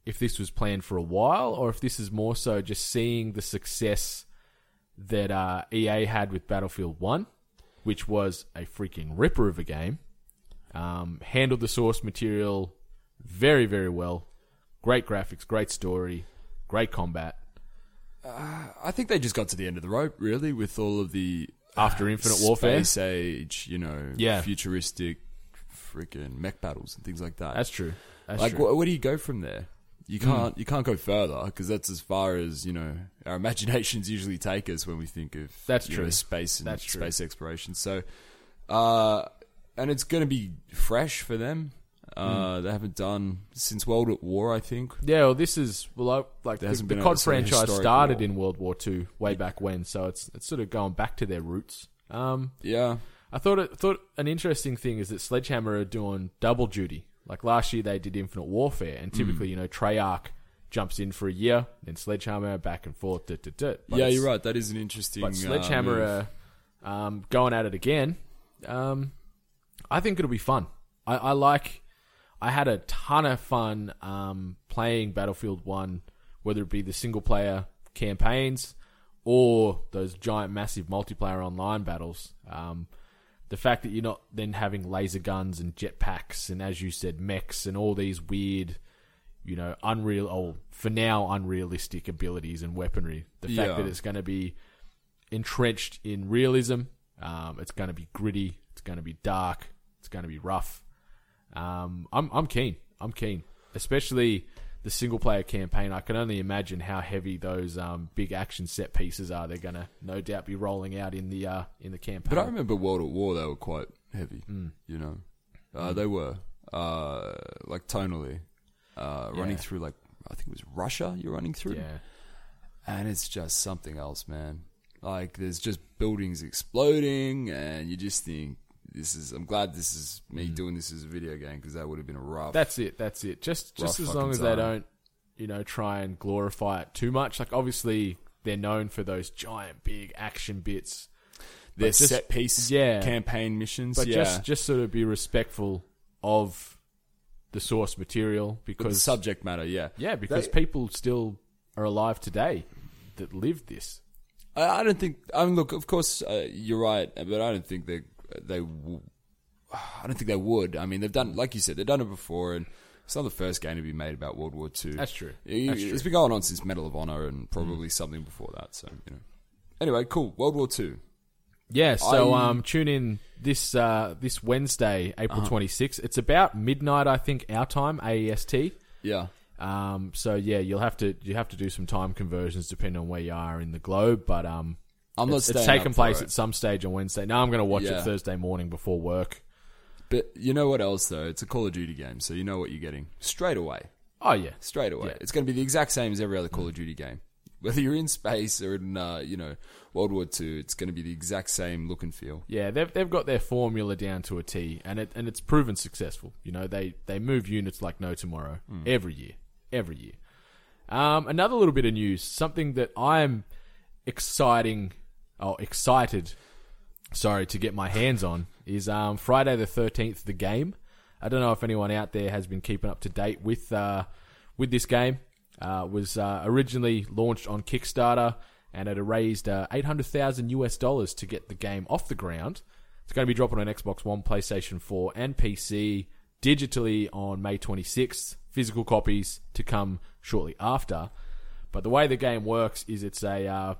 S9: if this was planned for a while or if this is more so just seeing the success that uh, EA had with Battlefield 1, which was a freaking ripper of a game. Um, handled the source material very, very well. Great graphics, great story, great combat.
S8: I think they just got to the end of the rope, really, with all of the
S9: Ah, After Infinite Warfare.
S8: Ah, space age, you know,
S9: Yeah.
S8: futuristic freaking mech battles and things like that.
S9: That's true. That's
S8: like,
S9: true. Hmm.
S8: wh- where do you go from there? You can't. You can't go further because that's as far as you know. Our imaginations usually take us when we think of
S9: That's
S8: you
S9: true.
S8: know, space and
S9: That's true.
S8: space exploration. So, uh, and it's going to be fresh for them. Uh,
S9: Hmm.
S8: They haven't done since World at War, I think.
S9: Yeah, well, this is well, I- like the,
S8: hasn't
S9: the
S8: been a
S9: COD
S8: sort of
S9: franchise
S8: historic
S9: started
S8: war.
S9: in World War Two way back when, so it's it's sort of going back to their roots. Um,
S8: Yeah,
S9: I thought it, thought an interesting thing is that Sledgehammer are doing double duty. Like last year, they did Infinite Warfare, and typically,
S8: Mm.
S9: you know, Treyarch jumps in for a year, then Sledgehammer back and forth. Dit, dit, dit. But
S8: yeah,
S9: it's-
S8: you're right. That is an interesting.
S9: But
S8: uh,
S9: Sledgehammer
S8: move.
S9: are um, going at it again. Um, I think it'll be fun. I, I like. I had a ton of fun um, playing Battlefield One, whether it be the single player campaigns or those giant, massive multiplayer online battles. Um, the fact that you're not then having laser guns and jetpacks and, as you said, mechs and all these weird, you know, unreal, or for now, unrealistic abilities and weaponry. The
S8: Yeah.
S9: fact that it's going to be entrenched in realism. Um, it's going to be gritty. It's going to be dark. It's going to be rough. Um, I'm I'm keen. I'm keen, especially the single player campaign. I can only imagine how heavy those um, big action set pieces are. They're going to no doubt be rolling out in the uh, in the campaign.
S8: But I remember World at War; they were quite heavy.
S9: Hmm.
S8: You know, uh, they were uh, like tonally uh, running
S9: Yeah.
S8: through like I think it was Russia you're running through,
S9: yeah,
S8: and it's just something else, man. Like there's just buildings exploding, and you just think this is. I'm glad this is me
S9: Mm.
S8: doing this as a video game because that would have been rough.
S9: that's it. That's it. Just just
S8: Rough
S9: as long
S8: fucking
S9: as they
S8: time.
S9: don't, you know, try and glorify it too much. Like obviously they're known for those giant big action bits.
S8: Their
S9: just-
S8: set piece,
S9: yeah.
S8: campaign missions,
S9: but
S8: yeah.
S9: just just sort of be respectful of the source material
S8: But the
S9: because
S8: subject matter, yeah,
S9: yeah because
S8: They-
S9: people still are alive today that lived this
S8: I, I don't think. I mean, look, of course uh, you're right, but I don't think they they. W- I don't think they would. I mean, they've done like you said, they've done it before, and it's not the first game to be made about World War Two.
S9: That's true.
S8: It,
S9: That's true. Mm.
S8: has been going on since Medal of Honor and probably something before that. So you know. Anyway, cool. World War Two.
S9: yeah so
S8: I- Uh-huh.
S9: um tune in this uh this wednesday april 26th it's about midnight i think our time aest
S8: Yeah.
S9: um so yeah you'll have to you have to do some time conversions depending on where you are in the globe but um
S8: I'm not
S9: it's, it's
S8: staying up
S9: taking
S8: for
S9: place
S8: it.
S9: at some stage on wednesday now i'm going to watch
S8: Yeah.
S9: it thursday morning before work
S8: But you know what else though? It's a Call of Duty game, so you know what you're getting straight away.
S9: oh yeah
S8: straight away.
S9: Yeah. Mm.
S8: It's going to be the exact same as every other Call of Duty game. Whether you're in space or in, uh, you know, World War Two, it's going to be the exact same look and feel.
S9: Yeah, they've they've got their formula down to a T, and it and it's proven successful. You know, they they move units like no tomorrow every year, every year. Um, another little bit of news, something that I'm exciting, oh excited, sorry to get my hands on is um, Friday the thirteenth, the game. I don't know if anyone out there has been keeping up to date with uh, with this game. Uh, it was uh, originally launched on Kickstarter and it raised uh, eight hundred thousand US dollars to get the game off the ground. It's going to be dropping on Xbox One, PlayStation Four, and PC digitally on May twenty sixth. Physical copies to come shortly after. But the way the game works is it's a uh,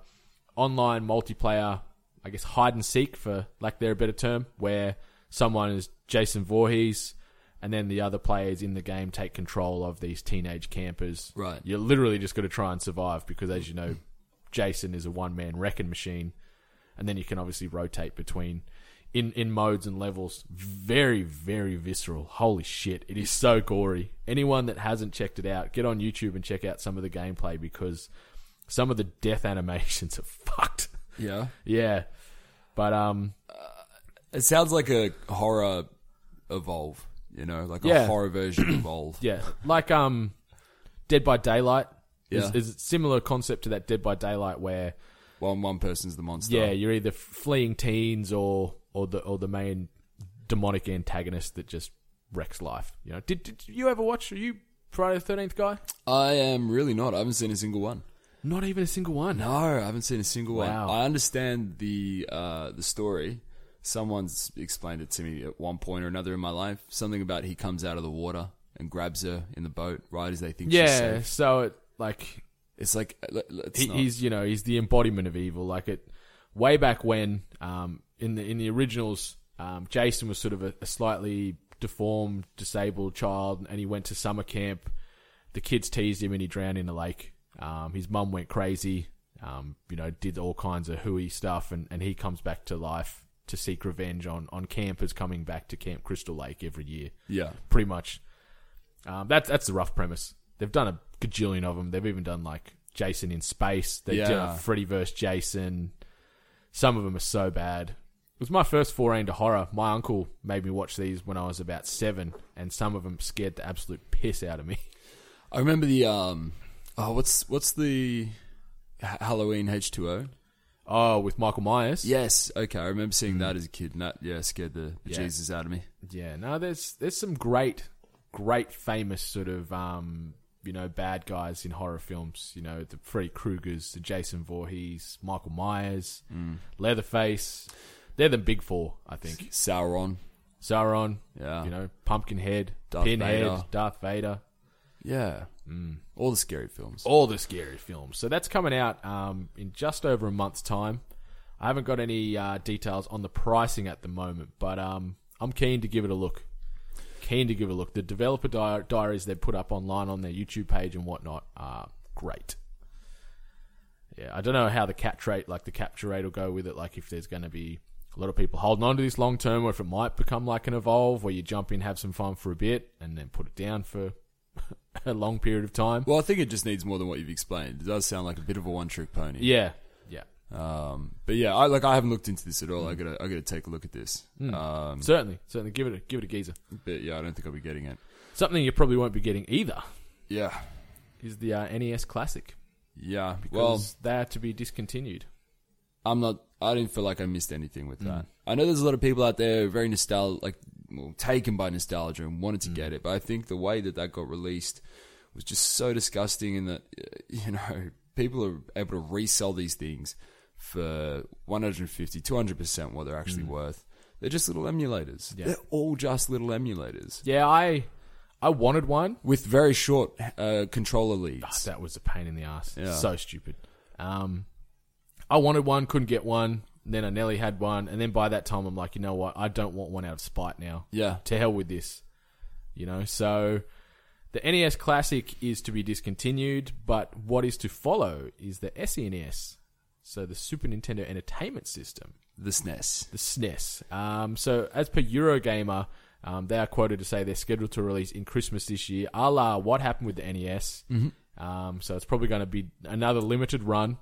S9: online multiplayer, I guess hide and seek for lack there a better term, where someone is Jason Voorhees, and then the other players in the game take control of these teenage campers.
S8: Right.
S9: You're literally just got to try and survive because, as you know, Jason is a one man wrecking machine, and then you can obviously rotate between in in modes and levels. Very very visceral. Holy shit! It is so gory. Anyone that hasn't checked it out, get on YouTube and check out some of the gameplay because some of the death animations are fucked.
S8: Yeah.
S9: yeah, but um,
S8: It sounds like a horror evolve, you know, like
S9: Yeah.
S8: a horror version of evolve.
S9: yeah, like um, Dead by Daylight.
S8: Yeah.
S9: Is, is a similar concept to that Dead by Daylight where
S8: Well, one person's the monster.
S9: Yeah, you're either fleeing teens or or the or the main demonic antagonist that just wrecks life. You know, did, did you ever watch? Are you Friday the Thirteenth guy?
S8: I am really not. I haven't seen a single one.
S9: Not even a single one.
S8: No, I haven't seen a single
S9: Wow.
S8: one. I understand the uh, the story. Someone's explained it to me at one point or another in my life. Something about he comes out of the water and grabs her in the boat right as they think she's
S9: Yeah,
S8: safe.
S9: so it like
S8: It's like let- let's
S9: he,
S8: not-
S9: he's you know he's the embodiment of evil. Like it way back when um, in the in the originals, um, Jason was sort of a, a slightly deformed, disabled child, and he went to summer camp. The kids teased him, and he drowned in the lake. Um, his mum went crazy. Um, you know, did all kinds of hooey stuff, and, and he comes back to life to seek revenge on on campers coming back to Camp Crystal Lake every year
S8: yeah.
S9: pretty much. Um, that's that's the rough premise. They've done a gajillion of them. They've even done like Jason in space. They did
S8: Yeah.
S9: a Freddy vs Jason. Some of them are so bad. It was my first foray into horror. My uncle made me watch these when I was about seven, and some of them scared the absolute piss out of me.
S8: I remember the um. Oh, what's what's the Ha- Halloween H two O?
S9: Oh, with Michael Myers.
S8: Yes. Okay, I remember seeing that as a kid, and that yeah scared the
S9: Hmm. Yeah.
S8: Jesus out of me.
S9: Yeah, no, there's there's some great, great famous sort of um, you know bad guys in horror films. You know the Freddy Kruegers, the Jason Voorhees, Michael Myers,
S8: Mm.
S9: Leatherface. They're the big four, I think.
S8: Sauron.
S9: Sauron,
S8: Yeah.
S9: you know Pumpkinhead,
S8: Darth
S9: Pinhead,
S8: Vader.
S9: Darth Vader.
S8: Yeah.
S9: Hmm.
S8: All the scary films.
S9: All the scary films. So that's coming out um, in just over a month's time. I haven't got any uh, details on the pricing at the moment, but um, I'm keen to give it a look. Keen to give it a look. The developer di- diaries they've put up online on their YouTube page and whatnot are great. Yeah, I don't know how the capture rate, like the capture rate, will go with it. Like if there's going to be a lot of people holding on to this long term, or if it might become like an evolve where you jump in, have some fun for a bit, and then put it down for a long period of time.
S8: Well, I think it just needs more than what you've explained. It does sound like a bit of a one-trick pony.
S9: Yeah, yeah,
S8: But yeah, I like I haven't looked into this at all. I
S9: Hmm.
S8: gotta I gotta take a look at this. Um,
S9: certainly, certainly. Give it, a, give it a geezer.
S8: but yeah, I don't think I'll be getting it.
S9: Something you probably won't be getting either
S8: Yeah,
S9: is the uh, NES Classic.
S8: yeah. Well,
S9: Because they are to be discontinued.
S8: I'm not. I didn't feel like I missed anything with that. I know there's a lot of people out there who are very nostalgic, like well, taken by nostalgia and wanted
S9: Mm.
S8: to get it. But I think the way that that got released was just so disgusting, in that uh, you know people are able to resell these things for 150, 200 percent what they're actually
S9: Mm.
S8: worth. They're just little emulators. They're all just little emulators
S9: Yeah, I, I wanted one.
S8: with very short uh, controller leads.
S9: That was a pain in the ass. So stupid. Um, I wanted one, couldn't get one. Then I nearly had one, and then by that time I'm like, you know what? I don't want one out of spite now.
S8: Yeah.
S9: To hell with this. You know, so the NES Classic is to be discontinued, but what is to follow is the E SNES, so the Super Nintendo Entertainment System
S8: The E SNES.
S9: the SNES. Um, so as per Eurogamer, um, they are quoted to say they're scheduled to release in Christmas this year, a la what happened with the NES. Um, so it's probably going to be another limited run,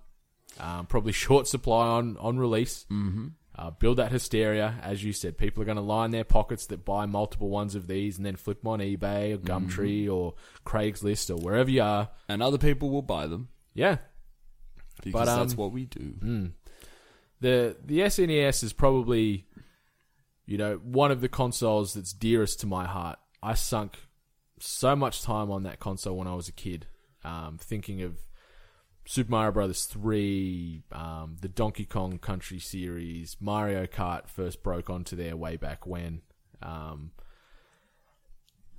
S9: um, probably short supply on on release. Mm-hmm. Uh, build that hysteria, as you said. People are going to line their pockets that buy multiple ones of these and then flip them on eBay or Gumtree or Craigslist or wherever you are.
S8: And other people will buy them
S9: Yeah,
S8: because
S9: But, um,
S8: that's what we do.
S9: the the SNES is probably you know one of the consoles that's dearest to my heart. I sunk so much time on that console when I was a kid, um, thinking of Super Mario Brothers three, um, the Donkey Kong Country series, Mario Kart first broke onto there way back when. Um,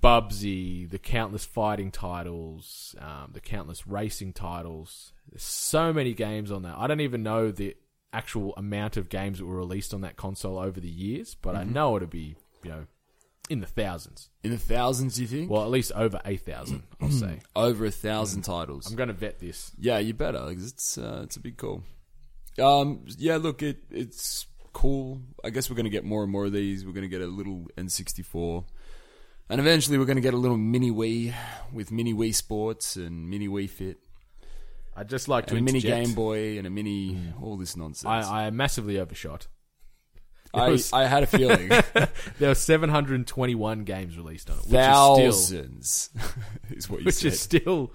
S9: Bubsy, the countless fighting titles, um, the countless racing titles. There's so many games on that. I don't even know the actual amount of games that were released on that console over the years, but
S8: Mm-hmm.
S9: I know it'll be you know in the thousands.
S8: In the thousands, you think?
S9: Well, at least over eight thousand,
S8: Mm-hmm.
S9: I'll say.
S8: Over a thousand titles.
S9: I'm going to vet this.
S8: Yeah, you better. 'cause It's uh, it's a big call. Um, yeah, look, it it's cool. I guess we're going to get more and more of these. We're going to get a little N64. And eventually we're going to get a little mini Wii with mini Wii Sports and mini Wii Fit.
S9: I'd just like to
S8: And a mini
S9: interject.
S8: Game Boy and a mini all this nonsense.
S9: I, I massively overshot.
S8: I,
S9: was-
S8: I had a feeling.
S9: There were 721 games released on it, which is still,
S8: Thousands is what you
S9: which
S8: said.
S9: is still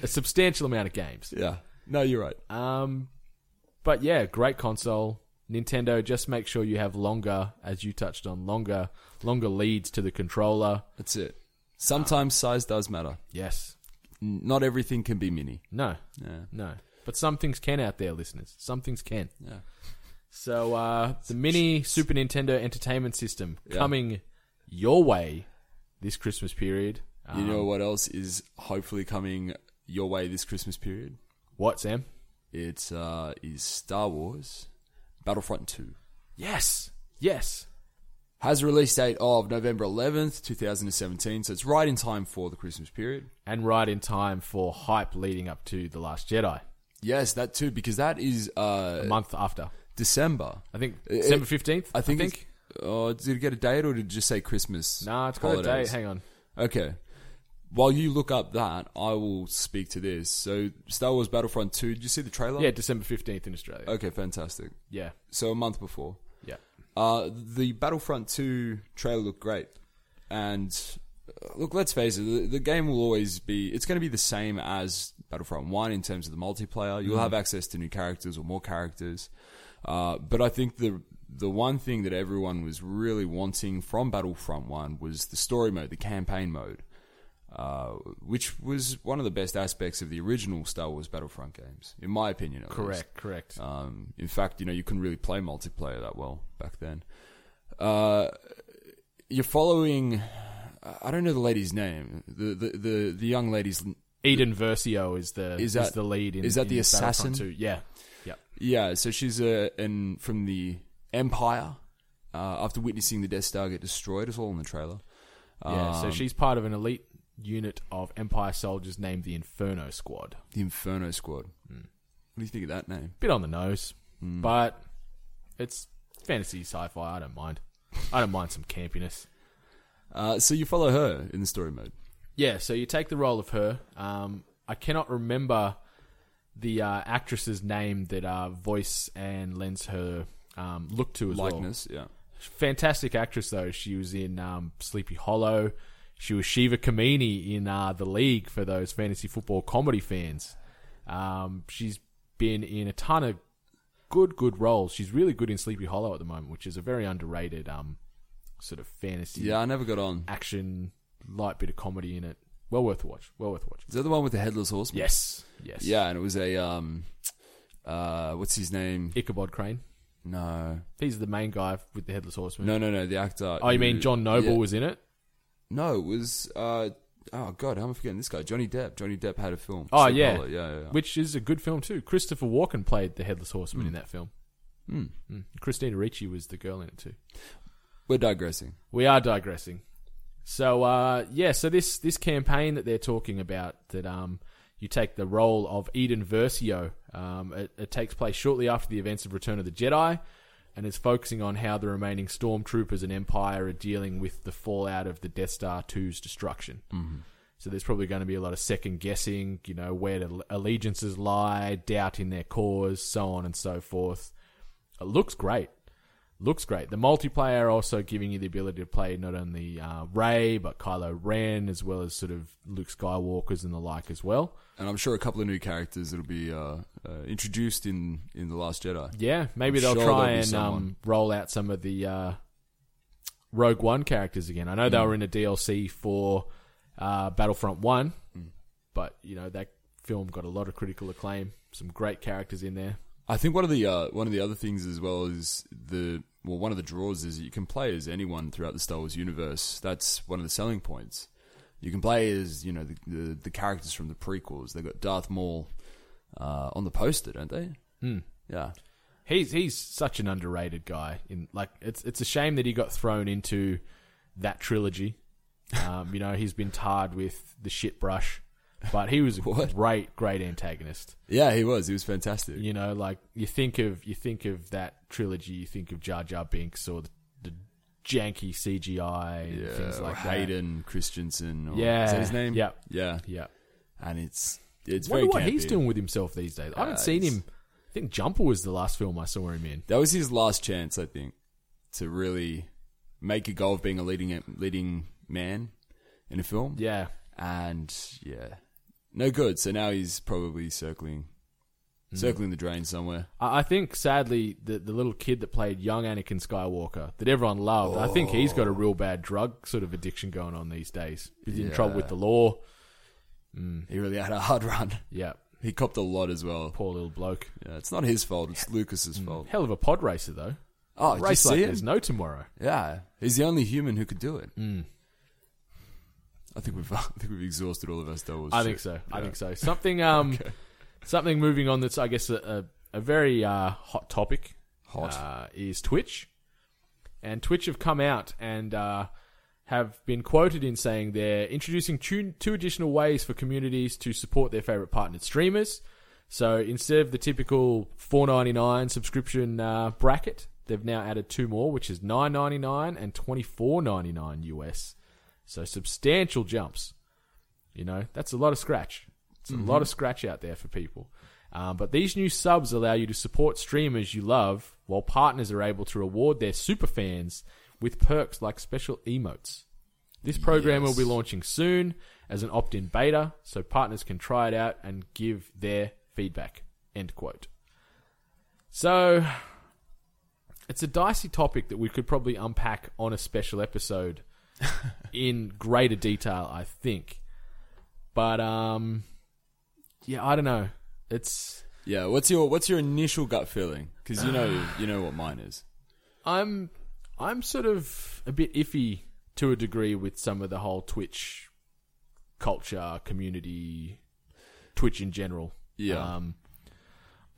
S9: a substantial amount of games.
S8: yeah. No, you're right.
S9: Um, but yeah, great console. Nintendo, just make sure you have longer, as you touched on, longer, longer leads to the controller.
S8: That's it. Sometimes size does matter.
S9: Yes.
S8: N- Not everything can be mini.
S9: No.
S8: Yeah.
S9: No. But some things can out there, listeners. Some things can.
S8: Yeah.
S9: So uh, the mini Super Nintendo Entertainment System
S8: Yeah.
S9: coming your way this Christmas period. Um,
S8: You know what else is hopefully coming your way this Christmas period?
S9: what, Sam?
S8: It's uh is Star Wars Battlefront 2.
S9: Yes. Yes.
S8: Has a release date of November 11th, 2017, so it's right in time for the Christmas period.
S9: And right in time for hype leading up to The Last Jedi,
S8: Yes, that too because that is
S9: a
S8: uh
S9: month after.
S8: December.
S9: I think
S8: It-
S9: December 15th.
S8: I think, it's- Oh, did it get a date or did it just say Christmas?
S9: Nah, it's got a date. Hang on.
S8: Okay. While you look up that, I will speak to this. So, Star Wars Battlefront 2, did you see the trailer?
S9: Yeah, December 15th in Australia.
S8: Okay, fantastic.
S9: Yeah.
S8: So, a month before.
S9: Yeah.
S8: Uh, the Battlefront 2 trailer looked great. And uh, look, let's face it, the, the game will always be, it's going to be the same as Battlefront 1 in terms of the multiplayer. You'll have access to new characters or more characters. Uh, but I think the, the one thing that everyone was really wanting from Battlefront 1 was the story mode, the campaign mode. Uh, which was one of the best aspects of the original Star Wars Battlefront games, in my opinion. At least.
S9: Correct, correct.
S8: Um, in fact, you know, you couldn't really play multiplayer that well back then. Uh, you're following. I don't know the lady's name. The the the, the young lady's.
S9: Eden Versio is the is,
S8: Is that-
S9: the lead in
S8: is that the
S9: in Battlefront
S8: assassin?
S9: 2. Yeah. Yeah.
S8: Yeah, so she's uh, an, from the Empire. Uh, after witnessing the Death Star get destroyed, it's all in the trailer.
S9: Yeah,
S8: Um,
S9: so she's part of an elite unit of Empire soldiers named the Inferno Squad.
S8: The Inferno Squad.
S9: Hmm.
S8: What do you think of that name?
S9: Bit on the nose,
S8: Hmm.
S9: but it's fantasy sci-fi. I don't mind. I don't mind some campiness.
S8: Uh, so you follow her in the story mode.
S9: Yeah, so you take the role of her. Um, I cannot remember the uh, actress's name that uh, voice and lends her um, look to as well.
S8: Likeness, yeah.
S9: Fantastic actress though. She was in um, Sleepy Hollow. She was Shiva Kamini in uh, the League for those fantasy football comedy fans. Um, she's been in a ton of good, good roles. She's really good in Sleepy Hollow at the moment, which is a very underrated um, sort of fantasy
S8: Yeah, I never got on.
S9: action, light bit of comedy in it. Well worth a watch. Well worth a watch.
S8: Is that the one with the headless horseman?
S9: Yes. Yes.
S8: Yeah, and it was a um, uh, what's his name?
S9: Ichabod Crane.
S8: No,
S9: He's the main guy with the headless horseman.
S8: no, no, no. The actor.
S9: Oh, you
S8: who-
S9: mean John Noble
S8: yeah.
S9: was in it?
S8: No, it was. Uh, oh God, how am I forgetting this guy? Johnny Depp. Johnny Depp had a film.
S9: Oh
S8: Sleep
S9: yeah.
S8: Hollow, yeah, Hmm. yeah. yeah.
S9: which is a good film too. Christopher Walken played the headless horseman in that film.
S8: Hmm.
S9: Mm. Christina Ricci was the girl in it too.
S8: We're digressing.
S9: We are digressing. So uh, yeah, so this this campaign that they're talking about that um, you take the role of Eden Versio. Um, it, it takes place shortly after the events of Return of the Jedi, and is focusing on how the remaining stormtroopers and Empire are dealing with the fallout of the Death Star 2's destruction. So there's probably going to be a lot of second guessing, you know, where the allegiances lie, doubt in their cause, so on and so forth. It looks great. Looks great. The multiplayer also giving you the ability to play not only uh, Ray but Kylo Ren as well as sort of Luke Skywalker's and the like as well.
S8: And I'm sure a couple of new characters that'll be uh, uh, introduced in in the Last Jedi.
S9: Yeah, maybe
S8: I'm
S9: they'll
S8: sure
S9: try
S8: there'll be
S9: and um,
S8: someone.
S9: roll out some of the uh, Rogue One characters again. I know
S8: Hmm.
S9: they were in a DLC for uh, Battlefront One,
S8: Hmm.
S9: but you know that film got a lot of critical acclaim. Some great characters in there.
S8: I think one of the uh, one of the other things as well is the well one of the draws is that you can play as anyone throughout the Star Wars universe. That's one of the selling points. You can play as you know the the, the characters from the prequels. They have got Darth Maul uh, on the poster, don't they?
S9: Hmm.
S8: Yeah,
S9: He's he's such an underrated guy. In like, it's it's a shame that he got thrown into that trilogy. Um, you know, he's been tarred with the shit brush But he was a
S8: What?
S9: great, great antagonist.
S8: Yeah, he was. He was fantastic.
S9: You know, like you think of you think of that trilogy, you think of Jar Jar Binks or the, the janky CGI and things like
S8: Hayden Christensen. Or,
S9: that. Yeah,
S8: is that his name?
S9: Yeah,
S8: yeah,
S9: yeah.
S8: And it's it's
S9: Wonder
S8: very.
S9: what
S8: campy.
S9: he's doing with himself these days. I haven't
S8: Uh,
S9: seen
S8: it's-
S9: him. I think Jumper was the last film I saw him in.
S8: That was his last chance, I think, to really make a go of being a leading leading man in a film.
S9: Yeah,
S8: and yeah, no good. So now he's probably circling,
S9: Mm.
S8: circling the drain somewhere.
S9: I I think sadly the the little kid that played young Anakin Skywalker that everyone loved, I think he's got a real bad drug sort of addiction going on these days. He's in trouble with the law.
S8: He really had a hard run.
S9: Yeah,
S8: He copped a lot as well.
S9: poor little bloke.
S8: Yeah, it's not his fault. It's Lucas's fault.
S9: Hell of a pod racer though.
S8: Oh, did you
S9: Race like
S8: see it?
S9: there's no tomorrow.
S8: Yeah, he's the only human who could do it.
S9: Hmm.
S8: I think we've I think we've exhausted all of our Star Wars.
S9: I
S8: shit.
S9: think so. I
S8: Yeah.
S9: think so. Something um, something moving on that's I guess a a, a very uh, hot topic.
S8: Hot.
S9: uh, is Twitch, and Twitch have come out and uh, have been quoted in saying they're introducing two, two additional ways for communities to support their favorite partnered streamers. So instead of the typical four ninety nine subscription uh, bracket, they've now added two more, which is nine ninety nine and twenty four ninety nine US. So substantial jumps. You know, that's a lot of scratch. It's a lot of scratch out there for people. Um, but these new subs allow you to support streamers you love while partners are able to reward their super fans with perks like special emotes. This program will be launching soon as an opt in beta, so partners can try it out and give their feedback. End quote. So, it's a dicey topic that we could probably unpack on a special episode in greater detail, I think. But um, yeah, I don't know. It's
S8: Yeah, what's your what's your initial gut feeling? Because you know you know what mine is.
S9: I'm I'm sort of a bit iffy to a degree with some of the whole Twitch culture, community, Twitch in general.
S8: Yeah.
S9: Um,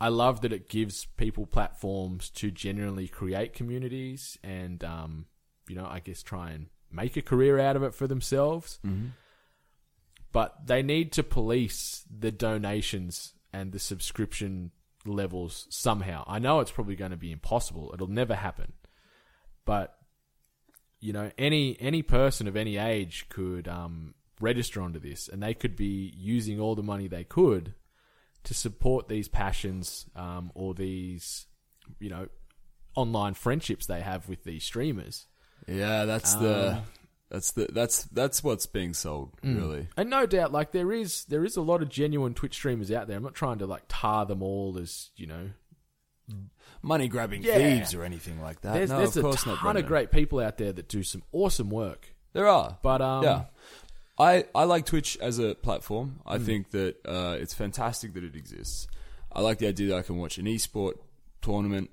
S9: I love that it gives people platforms to genuinely create communities and, um, you know, I guess try and make a career out of it for themselves. But they need to police the donations and the subscription levels somehow. I know it's probably going to be impossible. It'll never happen. But you know, any any person of any age could um, register onto this, and they could be using all the money they could to support these passions um, or these, you know, online friendships they have with these streamers.
S8: Yeah, that's
S9: Um,
S8: the that's the that's that's what's being sold
S9: Hmm.
S8: really.
S9: And no doubt, like there is there is a lot of genuine Twitch streamers out there. I'm not trying to like tar them all as you know.
S8: Money grabbing
S9: Yeah.
S8: thieves or anything like that.
S9: There's,
S8: Uh, no,
S9: there's
S8: of
S9: a
S8: course
S9: ton
S8: not. Brendan.
S9: of great people out there that do some awesome work.
S8: There are,
S9: But um,
S8: yeah, I I like Twitch as a platform.
S9: Hmm.
S8: I think that uh, it's fantastic that it exists. I like the idea that I can watch an esport tournament,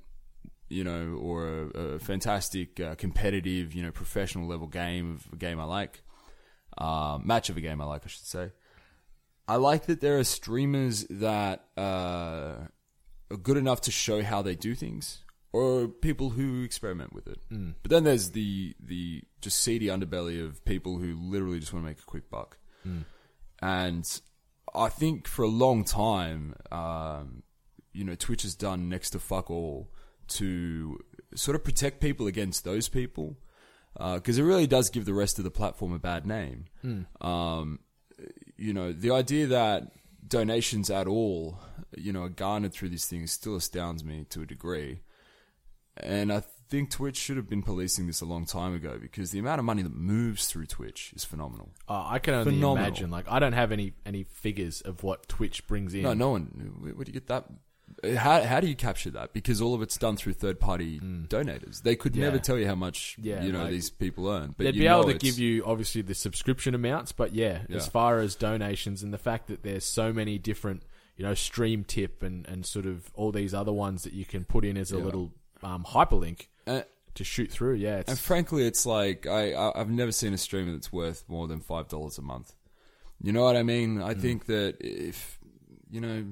S8: you know, or a, a fantastic uh, competitive, you know, professional level game of a game I like, uh, match of a game I like, I should say. I like that there are streamers that uh, are good enough to show how they do things, or people who experiment with it. Mm. But then there's the the just seedy underbelly of people who literally just want to make a quick buck. And I think for a long time, um, you know, Twitch has done next to fuck all to sort of protect people against those people because it really does give the rest of the platform a bad name you know, the idea that donations at all, you know, are garnered through these things still astounds me to a degree. And I think Twitch should have been policing this a long time ago because the amount of money that moves through Twitch is phenomenal.
S9: Uh, I can only
S8: Phenomenal.
S9: imagine. Like, I don't have any any figures of what Twitch brings in.
S8: No, no one. Where, where do you get that? How, how do you capture that? Because all of it's done through third party donators. They could never tell you how much
S9: Mm. Yeah,
S8: you know
S9: like-
S8: these people earn. But
S9: They'd
S8: you
S9: be able
S8: know
S9: to
S8: it's-
S9: give you obviously the subscription amounts, but yeah, as
S8: Yeah.
S9: far as donations and the fact that there's so many different, you know, stream tip and and sort of all these other ones that you can put in as a little um, hyperlink
S8: Uh,
S9: to shoot through. Yeah,
S8: And
S9: it's,
S8: frankly, it's like I, I I've never seen a streamer that's worth more than five dollars a month. You know what I mean? I think that if you know,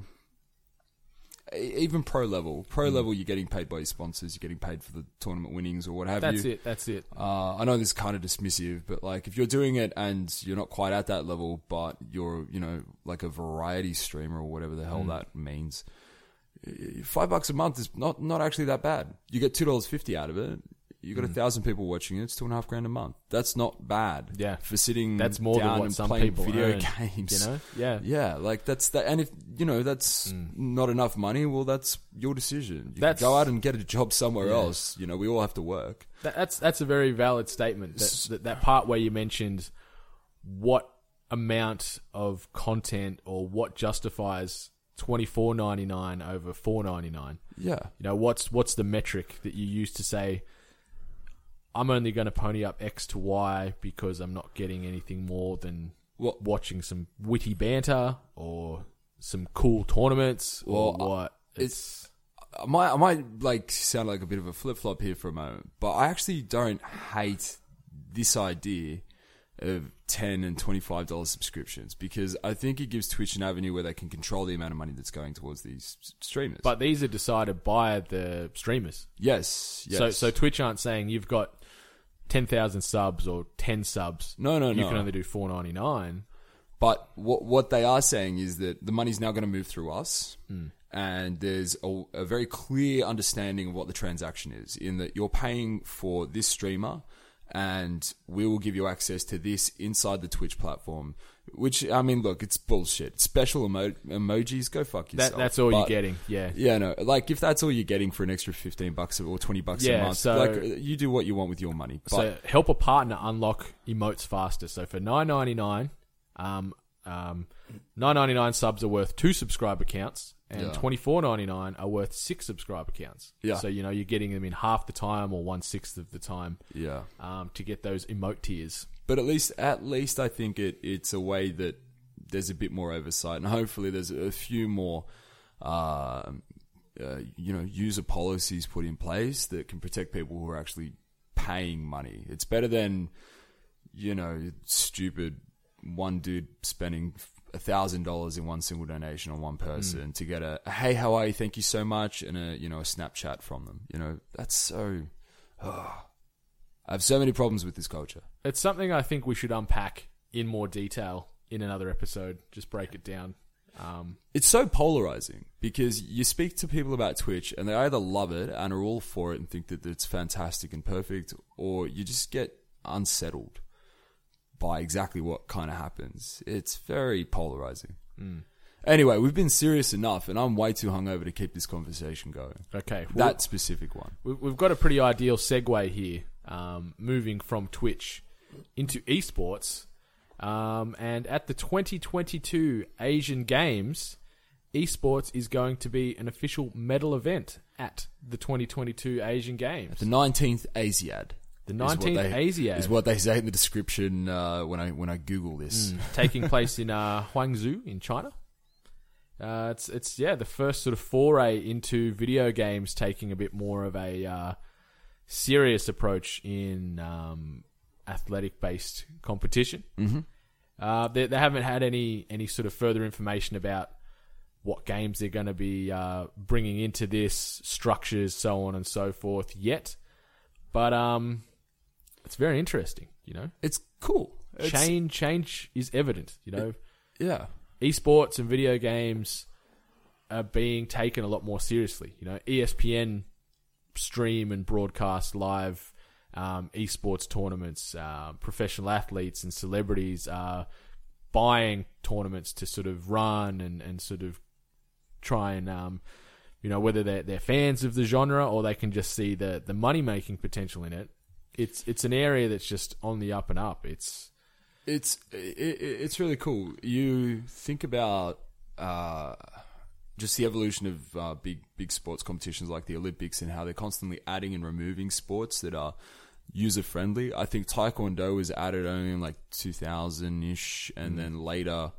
S8: e- even pro level, pro level, you're getting paid by your sponsors, you're getting paid for the tournament winnings or what have you.
S9: That's it. That's it.
S8: Uh, I know this is kind of dismissive, but like if you're doing it and you're not quite at that level, but you're you know like a variety streamer or whatever the
S9: Mm.
S8: hell that means, eh, five bucks a month is not not actually that bad. You get two dollars fifty out of it. You
S9: Mm.
S8: got a thousand people watching it. It's two and a half grand a month. That's not bad.
S9: Yeah.
S8: for sitting
S9: That's more than
S8: down
S9: what
S8: and
S9: some
S8: playing
S9: people
S8: video
S9: earn,
S8: games.
S9: you know? Yeah. Mm.
S8: yeah. Like that's that. And if you know that's not enough money, well, that's your decision. You
S9: That's-
S8: that's, go out and get a job somewhere else. You know, we all have to work.
S9: That, that's that's a very valid statement. That, that that part where you mentioned what amount of content or what justifies twenty four ninety nine over four ninety nine.
S8: Yeah.
S9: You know what's what's the metric that you use to say I'm only going to pony up X to Y because I'm not getting anything more than
S8: Well-
S9: watching some witty banter or some cool tournaments or
S8: Well, uh,
S9: what.
S8: it's I might I might like sound like a bit of a flip flop here for a moment, but I actually don't hate this idea of ten and twenty five dollars subscriptions because I think it gives Twitch an avenue where they can control the amount of money that's going towards these s- streamers.
S9: but these are decided by the streamers.
S8: yes, yes.
S9: So so Twitch aren't saying you've got ten thousand subs or ten subs.
S8: No, no,
S9: you
S8: no.
S9: can only do four ninety nine.
S8: But what what they are saying is that the money's now going to move through us,
S9: Hmm.
S8: and there's a, a very clear understanding of what the transaction is. In that you're paying for this streamer, and we will give you access to this inside the Twitch platform. Which I mean, look, it's bullshit. Special emo- emojis, go fuck yourself.
S9: That, that's all you're
S8: But-
S9: getting. Yeah.
S8: Yeah, no. Like if that's all you're getting for an extra fifteen bucks or twenty bucks
S9: Yeah,
S8: a month,
S9: so-
S8: like you do what you want with your money. But
S9: so help a partner unlock emotes faster. So for nine ninety nine, um, um, nine ninety nine subs are worth two subscriber counts, and
S8: Yeah.
S9: twenty four ninety nine are worth six subscriber counts.
S8: Yeah.
S9: So you know you're getting them in half the time or one sixth of the time.
S8: yeah,
S9: Um, to get those emote tiers.
S8: but at least at least I think it it's a way that there's a bit more oversight, and hopefully there's a few more, uh, uh, you know, user policies put in place that can protect people who are actually paying money. It's better than you know stupid one dude spending a thousand dollars in one single donation on one person to get a hey how are you thank you so much and a you know a Snapchat from them. You know that's so. I have so many problems with this culture.
S9: It's something I think we should unpack in more detail in another episode. Just break it down. Um,
S8: it's so polarizing because you speak to people about Twitch and they either love it and are all for it and think that it's fantastic and perfect, or you just get unsettled by exactly what kind of happens. It's very polarizing.
S9: Hmm.
S8: Anyway, we've been serious enough, and I'm way too hungover to keep this conversation going.
S9: okay, well,
S8: That specific one.
S9: we- we've got a pretty ideal segue here, um, moving from Twitch into esports. Um, and at the 2022 Asian Games, esports is going to be an official medal event at the 2022 Asian Games.
S8: The 19th ASIAD.
S9: The
S8: is what
S9: 19th
S8: they-
S9: ASIAD.
S8: Is what they say in the description uh, when, I, when I Google
S9: Hmm.
S8: this.
S9: taking place in uh, Huangzhou in China. Uh, it's it's yeah the first sort of foray into video games taking a bit more of a uh, serious approach in um, athletic based competition. Mm-hmm. Uh, they, they haven't had any any sort of further information about what games they're going to be uh, bringing into this structures so on and so forth yet, but um, it's very interesting. You know,
S8: It's cool. It's-
S9: change change is evident. You know,
S8: Yeah.
S9: esports and video games are being taken a lot more seriously. You know, E ESPN stream and broadcast live um, esports tournaments. Uh, professional athletes and celebrities are buying tournaments to sort of run and, and sort of try and um, you know whether they're, they're fans of the genre or they can just see the the money making potential in it. It's it's an area that's just on the up and up. It's
S8: it's i i it's really cool. You think about uh, just the evolution of uh, big big sports competitions like the Olympics and how they're constantly adding and removing sports that are user friendly. I think Taekwondo was added only in like 2000 ish, and then later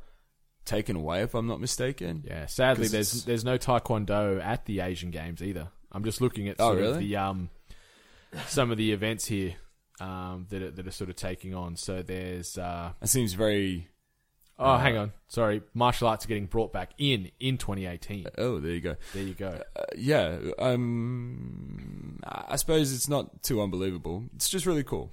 S8: taken away, if I'm not mistaken.
S9: Yeah, sadly,
S8: 'Cause
S9: there's
S8: it's-
S9: there's no taekwondo at the Asian Games either. I'm just looking at
S8: Oh,
S9: sort of
S8: really?
S9: the um some of the events here um, that are, that are sort of taking on. So there's uh,
S8: That seems very
S9: Oh, hang on. Sorry. Martial arts are getting brought back in in 2018.
S8: Oh, there you go.
S9: There you go.
S8: Uh, yeah, um, I suppose it's not too unbelievable. It's just really cool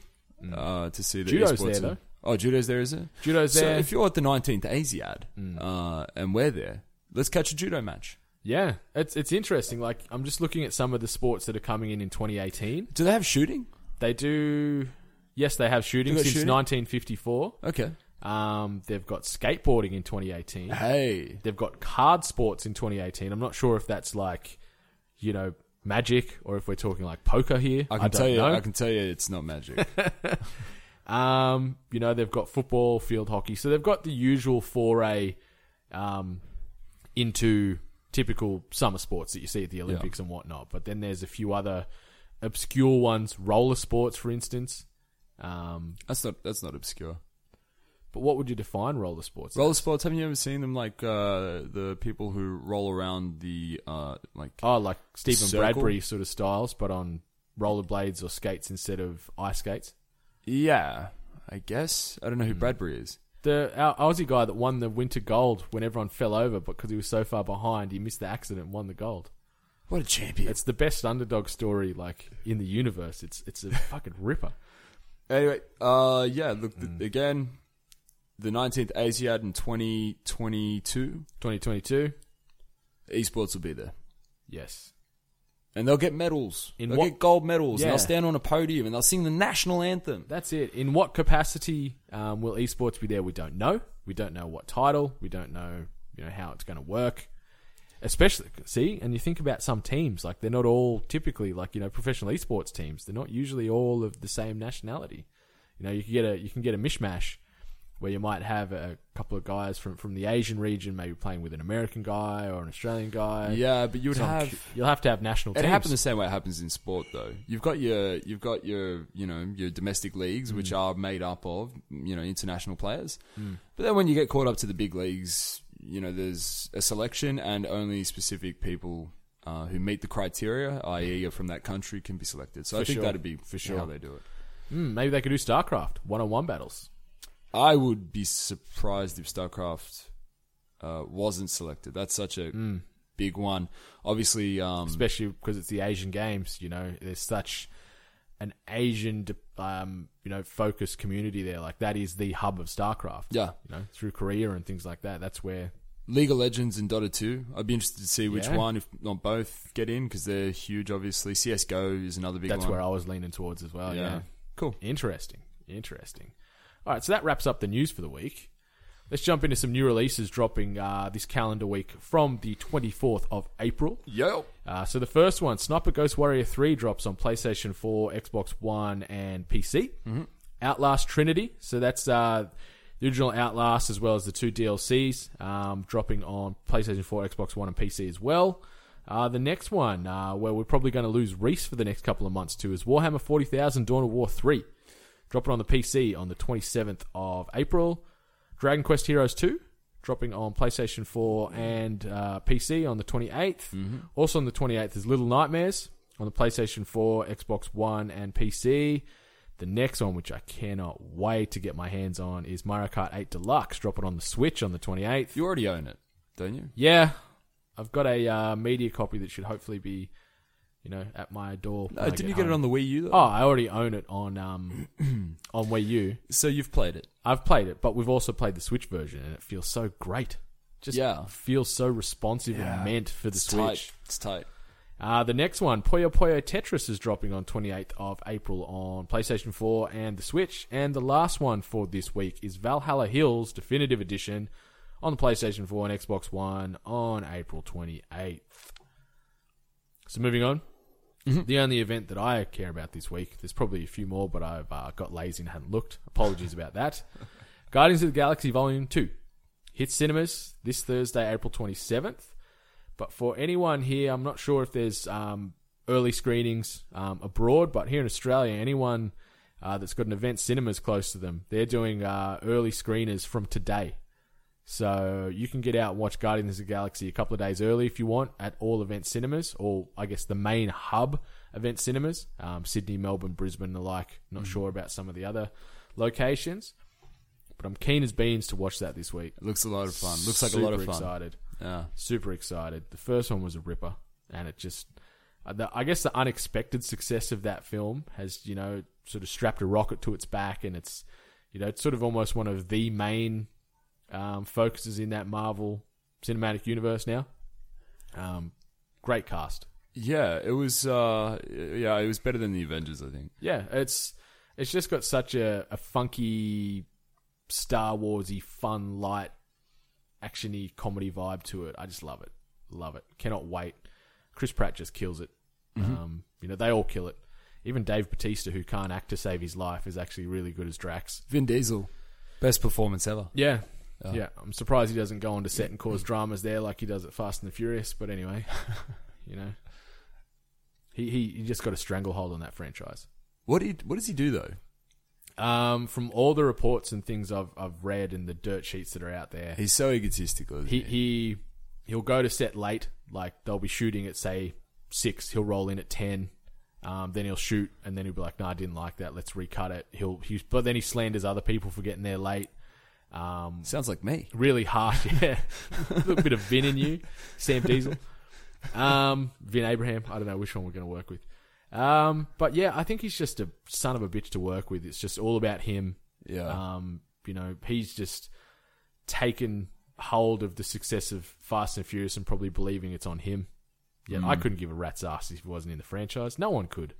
S8: uh, to see that
S9: Mm. Judo's
S8: esports
S9: there,
S8: are-
S9: though.
S8: Oh, judo's there, is it?
S9: Judo's
S8: so
S9: there. Mm.
S8: If you're at the 19th ASIAD uh, and we're there, let's catch a judo match.
S9: Yeah, it's it's interesting. Like I'm just looking at some of the sports that are coming in in 2018.
S8: Do they have shooting?
S9: They do. Yes, they have shooting
S8: They've got
S9: since
S8: shooting?
S9: 1954.
S8: Okay.
S9: Um, they've got skateboarding in 2018.
S8: Hey.
S9: They've got card sports in 2018. I'm not sure if that's like, you know, magic or if we're talking like poker here.
S8: I
S9: I
S8: can
S9: don't
S8: tell you,
S9: know.
S8: I can tell you, it's not magic.
S9: Um, you know, they've got football, field hockey, so they've got the usual foray um, into typical summer sports that you see at the Olympics and whatnot. But then there's a few other obscure ones, roller sports, for instance. Um,
S8: that's not that's not obscure.
S9: but what would you define roller sports?
S8: Roller sports. Haven't you ever seen them like uh, the people who roll around the uh, like?
S9: oh, like Stephen
S8: Circle?
S9: Bradbury sort of styles, but on rollerblades or skates instead of ice skates.
S8: Yeah, I guess I don't
S9: Mm.
S8: know who Bradbury is.
S9: The our Aussie guy that won the winter gold when everyone fell over, but because he was so far behind, he missed the accident and won the gold.
S8: What a champion!
S9: It's the best underdog story like in the universe. It's it's a fucking ripper.
S8: Anyway, uh, yeah. Look th- again, the nineteenth ASIAD in twenty twenty two.
S9: 2022.
S8: Esports will be there,
S9: Yes.
S8: and they'll get medals.
S9: In
S8: they'll
S9: what-
S8: get gold medals. And
S9: Yeah.
S8: they'll stand on a podium and they'll sing the national anthem.
S9: That's it. In what capacity um, will esports be there? We don't know. We don't know what title. We don't know, you know, how it's going to work. Especially see, and you think about some teams like they're not all typically like, you know, professional esports teams. They're not usually all of the same nationality. You know, you can get a you can get a mishmash where you might have a couple of guys from, from the Asian region maybe playing with an American guy or an Australian guy.
S8: Yeah, but you would
S9: So I'm
S8: have.
S9: cu- you'll have to have national
S8: It
S9: teams.
S8: happens the same way it happens in sport, though. You've got your, you've got your, you know, your domestic leagues,
S9: Mm.
S8: which are made up of, you know, international players. But then when you get caught up to the big leagues, you know, there's a selection and only specific people uh, who meet the criteria, i.e., are from that country, can be selected. So I think
S9: sure.
S8: that'd be
S9: For sure.
S8: how they do it.
S9: Hmm, maybe they could do StarCraft one on one battles.
S8: I would be surprised if StarCraft uh, wasn't selected. That's such a
S9: Mm.
S8: big one. Obviously, um,
S9: especially because it's the Asian Games. You know, there's such an Asian, um, you know, focused community there. Like that is the hub of StarCraft.
S8: Yeah.
S9: you know, through Korea and things like that. That's where
S8: League of Legends and Dota 2. I'd be interested to see which
S9: Yeah.
S8: one, if not both, get in because they're huge, obviously. CSGO is another big
S9: that's
S8: one.
S9: where I was leaning towards as well. Yeah.
S8: Yeah. Cool.
S9: interesting, interesting. All right, so that wraps up the news for the week. Let's jump into some new releases dropping uh, this calendar week from the 24th of April.
S8: Yo.
S9: Uh, so the first one, Sniper Ghost Warrior 3 drops on PlayStation 4, Xbox One, and PC. Outlast Trinity, so that's uh, the original Outlast as well as the two DLCs um, dropping on PlayStation 4, Xbox One, and PC as well. Uh, the next one, uh, where we're probably going to lose Reese for the next couple of months too, is Warhammer 40,000 Dawn of War 3. Dropping on the PC on the 27th of April. Dragon Quest Heroes 2 dropping on PlayStation 4 and uh, PC on the 28th.
S8: Mm-hmm.
S9: Also on the 28th is Little Nightmares on the PlayStation 4, Xbox One, and PC. The next one, which I cannot wait to get my hands on, is Mario Kart 8 Deluxe dropping on the Switch on the 28th.
S8: You already own it, don't you?
S9: Yeah, I've got a uh, media copy that should hopefully be, you know, at my door.
S8: Uh, didn't you get it on the Wii U, though?
S9: Oh, I already own it on um on Wii U.
S8: So you've played it.
S9: I've played it, but we've also played the Switch version, and it feels so great. Just
S8: Yeah.
S9: feels so responsive and meant for the
S8: It's
S9: Switch.
S8: tight. It's tight.
S9: Uh, the next one, Puyo Puyo Tetris, is dropping on 28th of April on PlayStation 4 and the Switch. And the last one for this week is Valhalla Hills Definitive Edition on the PlayStation 4 and Xbox One on April 28th. So moving on. The only event that I care about this week, there's probably a few more, but I've uh, got lazy and hadn't looked. Apologies about that. Guardians of the Galaxy Volume 2 hits cinemas this Thursday, April 27th. But for anyone here, I'm not sure if there's um, early screenings um, abroad, but here in Australia, anyone uh, that's got an event cinemas close to them, they're doing uh, early screeners from today. So you can get out and watch Guardians of the Galaxy a couple of days early if you want at all event cinemas, or I guess the main hub event cinemas, um, Sydney, Melbourne, Brisbane, and the like. Not sure about some of the other locations. But I'm keen as beans to watch that this week.
S8: It looks a lot of fun. Looks like a lot of
S9: Super
S8: fun.
S9: Excited.
S8: Yeah.
S9: Super excited. The first one was a ripper, and it just, uh, the, I guess, the unexpected success of that film has, you know, sort of strapped a rocket to its back, and it's, you know, it's sort of almost one of the main um, focuses in that Marvel cinematic universe now. Um, great cast.
S8: Yeah, it was. Uh, yeah, it was better than the Avengers, I think.
S9: Yeah, it's it's just got such a, a funky Star Warsy, fun, light, actiony comedy vibe to it. I just love it, love it. Cannot wait. Chris Pratt just kills it. Um, you know they all kill it. Even Dave Batista, who can't act to save his life, is actually really good as Drax.
S8: Vin Diesel, best performance ever.
S9: Yeah, yeah. I'm surprised he doesn't go on to set and cause dramas there like he does at Fast and the Furious. But anyway, you know, he, he he just got a stranglehold on that franchise.
S8: What did What does he do though?
S9: Um, from all the reports and things I've I've read and the dirt sheets that are out there,
S8: He's so egotistical. Isn't
S9: he he he'll go to set late. Like they'll be shooting at say six, he'll roll in at ten. Um, then he'll shoot, and then he'll be like, "No, I didn't like that. Let's recut it." He'll he, but then he slanders other people for getting there late. Um,
S8: Sounds like me.
S9: really harsh. Yeah, a little bit of Vin in you, Sam Diesel, um, Vin Abraham. I don't know which one we're going to work with, um, but yeah, I think he's just a son of a bitch to work with. It's just all about him.
S8: Yeah.
S9: Um, you know, he's just taken hold of the success of Fast and Furious and probably believing it's on him. Yeah, I
S8: Mm.
S9: couldn't give a rat's ass if he wasn't in the franchise. No one could.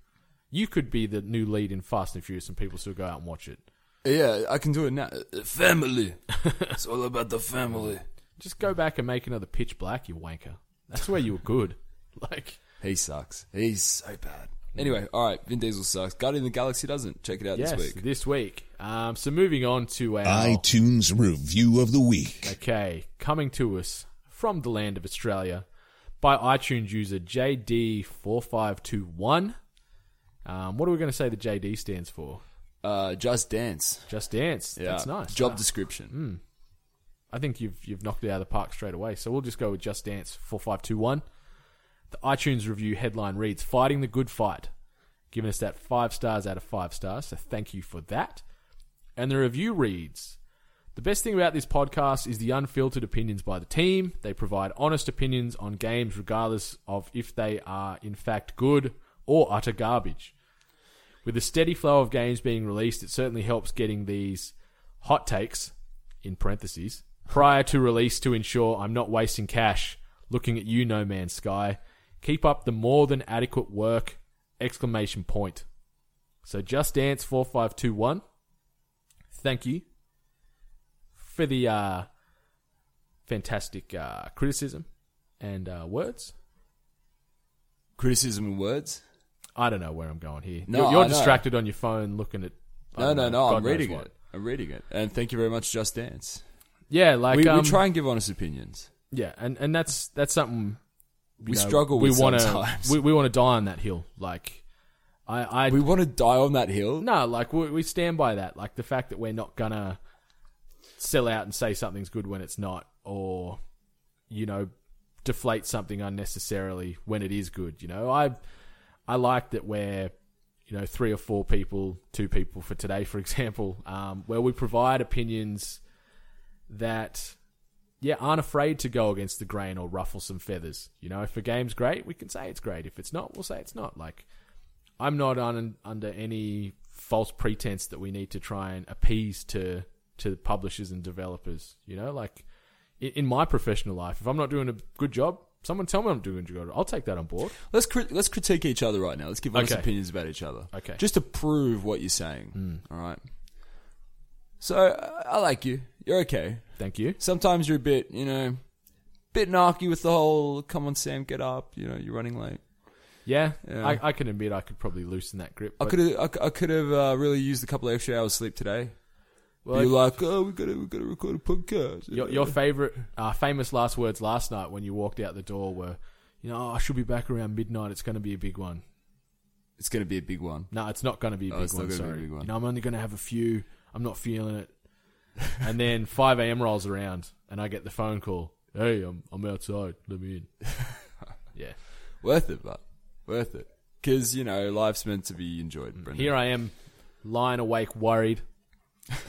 S9: You could be the new lead in Fast and Furious, and people still go out and watch it.
S8: Yeah, I can do it now. Uh, Family. it's all about the family.
S9: Just go back and make another Pitch Black, you wanker. That's where you were good. Like,
S8: He sucks. He's so bad. Anyway, all right. Vin Diesel sucks. Guardian of the Galaxy doesn't. Check it out
S9: yes,
S8: this week.
S9: Um, so moving on to our
S3: iTunes review of the week.
S9: okay, coming to us from the land of Australia by iTunes user JD four five two one. Um, what are we going to say the JD stands for?
S8: Uh, Just Dance.
S9: Just Dance.
S8: Yeah.
S9: That's nice.
S8: Job
S9: Ah,
S8: description.
S9: I think you've you've knocked it out of the park straight away. So we'll just go with Just Dance four five two one. The iTunes review headline reads "Fighting the Good Fight," giving us that five stars out of five stars. So thank you for that. And the review reads. The best thing about this podcast is the unfiltered opinions by the team. They provide honest opinions on games, regardless of if they are in fact good or utter garbage. With a steady flow of games being released, it certainly helps getting these hot takes, in parentheses, prior to release to ensure I'm not wasting cash looking at you, No Man's Sky. Keep up the more than adequate work! Exclamation point. So Just Dance 4521. Thank you for the uh, fantastic uh, criticism and uh, words.
S8: Criticism in words.
S9: I don't know where I'm going here.
S8: No,
S9: you're you're
S8: I know.
S9: distracted on your phone looking at. I
S8: No,
S9: don't
S8: no,
S9: know,
S8: no.
S9: Oh, God
S8: I'm
S9: knows
S8: reading
S9: what.
S8: it. I'm reading it. And thank you very much, Just Dance.
S9: Yeah, like
S8: we,
S9: um,
S8: we try and give honest opinions.
S9: Yeah, and, and that's that's something
S8: We struggle with
S9: wanna,
S8: sometimes.
S9: We, we want to die on that hill. Like, I I
S8: We want to die on that hill.
S9: no, like we, we stand by that. Like the fact that we're not gonna sell out and say something's good when it's not, or you know, deflate something unnecessarily when it is good. You know, I I like that we're you know three or four people, two people for today, for example, um, where we provide opinions that yeah aren't afraid to go against the grain or ruffle some feathers. You know, if a game's great, we can say it's great. If it's not, we'll say it's not. Like I'm not on under any false pretense that we need to try and appease to to publishers and developers. You know, like in, in my professional life, if I'm not doing a good job, someone tell me I'm doing a good job. I'll take that on board.
S8: Let's crit- let's critique each other right now. Let's give honest
S9: Okay.
S8: opinions about each other.
S9: Okay. Hmm.
S8: Just to prove what you're saying. All right. So uh, I like you. You're okay.
S9: Thank you.
S8: Sometimes you're a bit, you know, bit narky with the whole "Come on, Sam, get up." You know, you're running late.
S9: Yeah,
S8: Yeah.
S9: I, I can admit I could probably loosen that grip.
S8: I
S9: but-
S8: could have I, could have uh, really used a couple of extra hours sleep today.
S9: Well,
S8: Be like, oh, we gotta we gotta record a podcast.
S9: Your, your favorite, uh, famous last words last night when you walked out the door were, you know, "Oh, I should be back around midnight. It's going to be a big one.
S8: it's gonna be a big one.
S9: No, it's not going to be a
S8: Oh,
S9: big
S8: it's not
S9: one.
S8: gonna be a
S9: sorry,
S8: big one.
S9: You know, I'm only going to have a few. I'm not feeling it. And then 5 a.m. rolls around, and I get the phone call. Hey, I'm I'm outside. Let me in. yeah,
S8: Worth it, but worth it. Mm, Because you know, life's meant to be enjoyed. Brendan.
S9: here I am, lying awake, worried.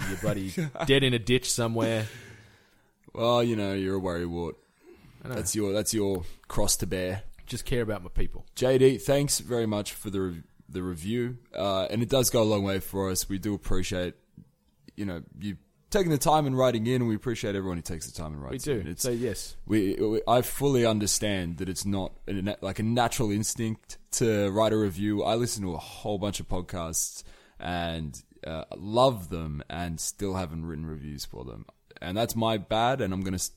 S9: You're bloody dead in a ditch somewhere.
S8: Well, you know, you're a worrywart. That's your that's your cross to bear.
S9: Just care about my people.
S8: JD, thanks very much for the re- the review, uh, and it does go a long way for us. We do appreciate, you know, you taking the time and writing in, and we appreciate everyone who takes the time and
S9: We
S8: writes
S9: do.
S8: in. It's,
S9: so yes,
S8: we, we- I fully understand that it's not a, na- like a natural instinct to write a review. I listen to a whole bunch of podcasts and uh, love them, and still haven't written reviews for them, and that's my bad. And I'm gonna s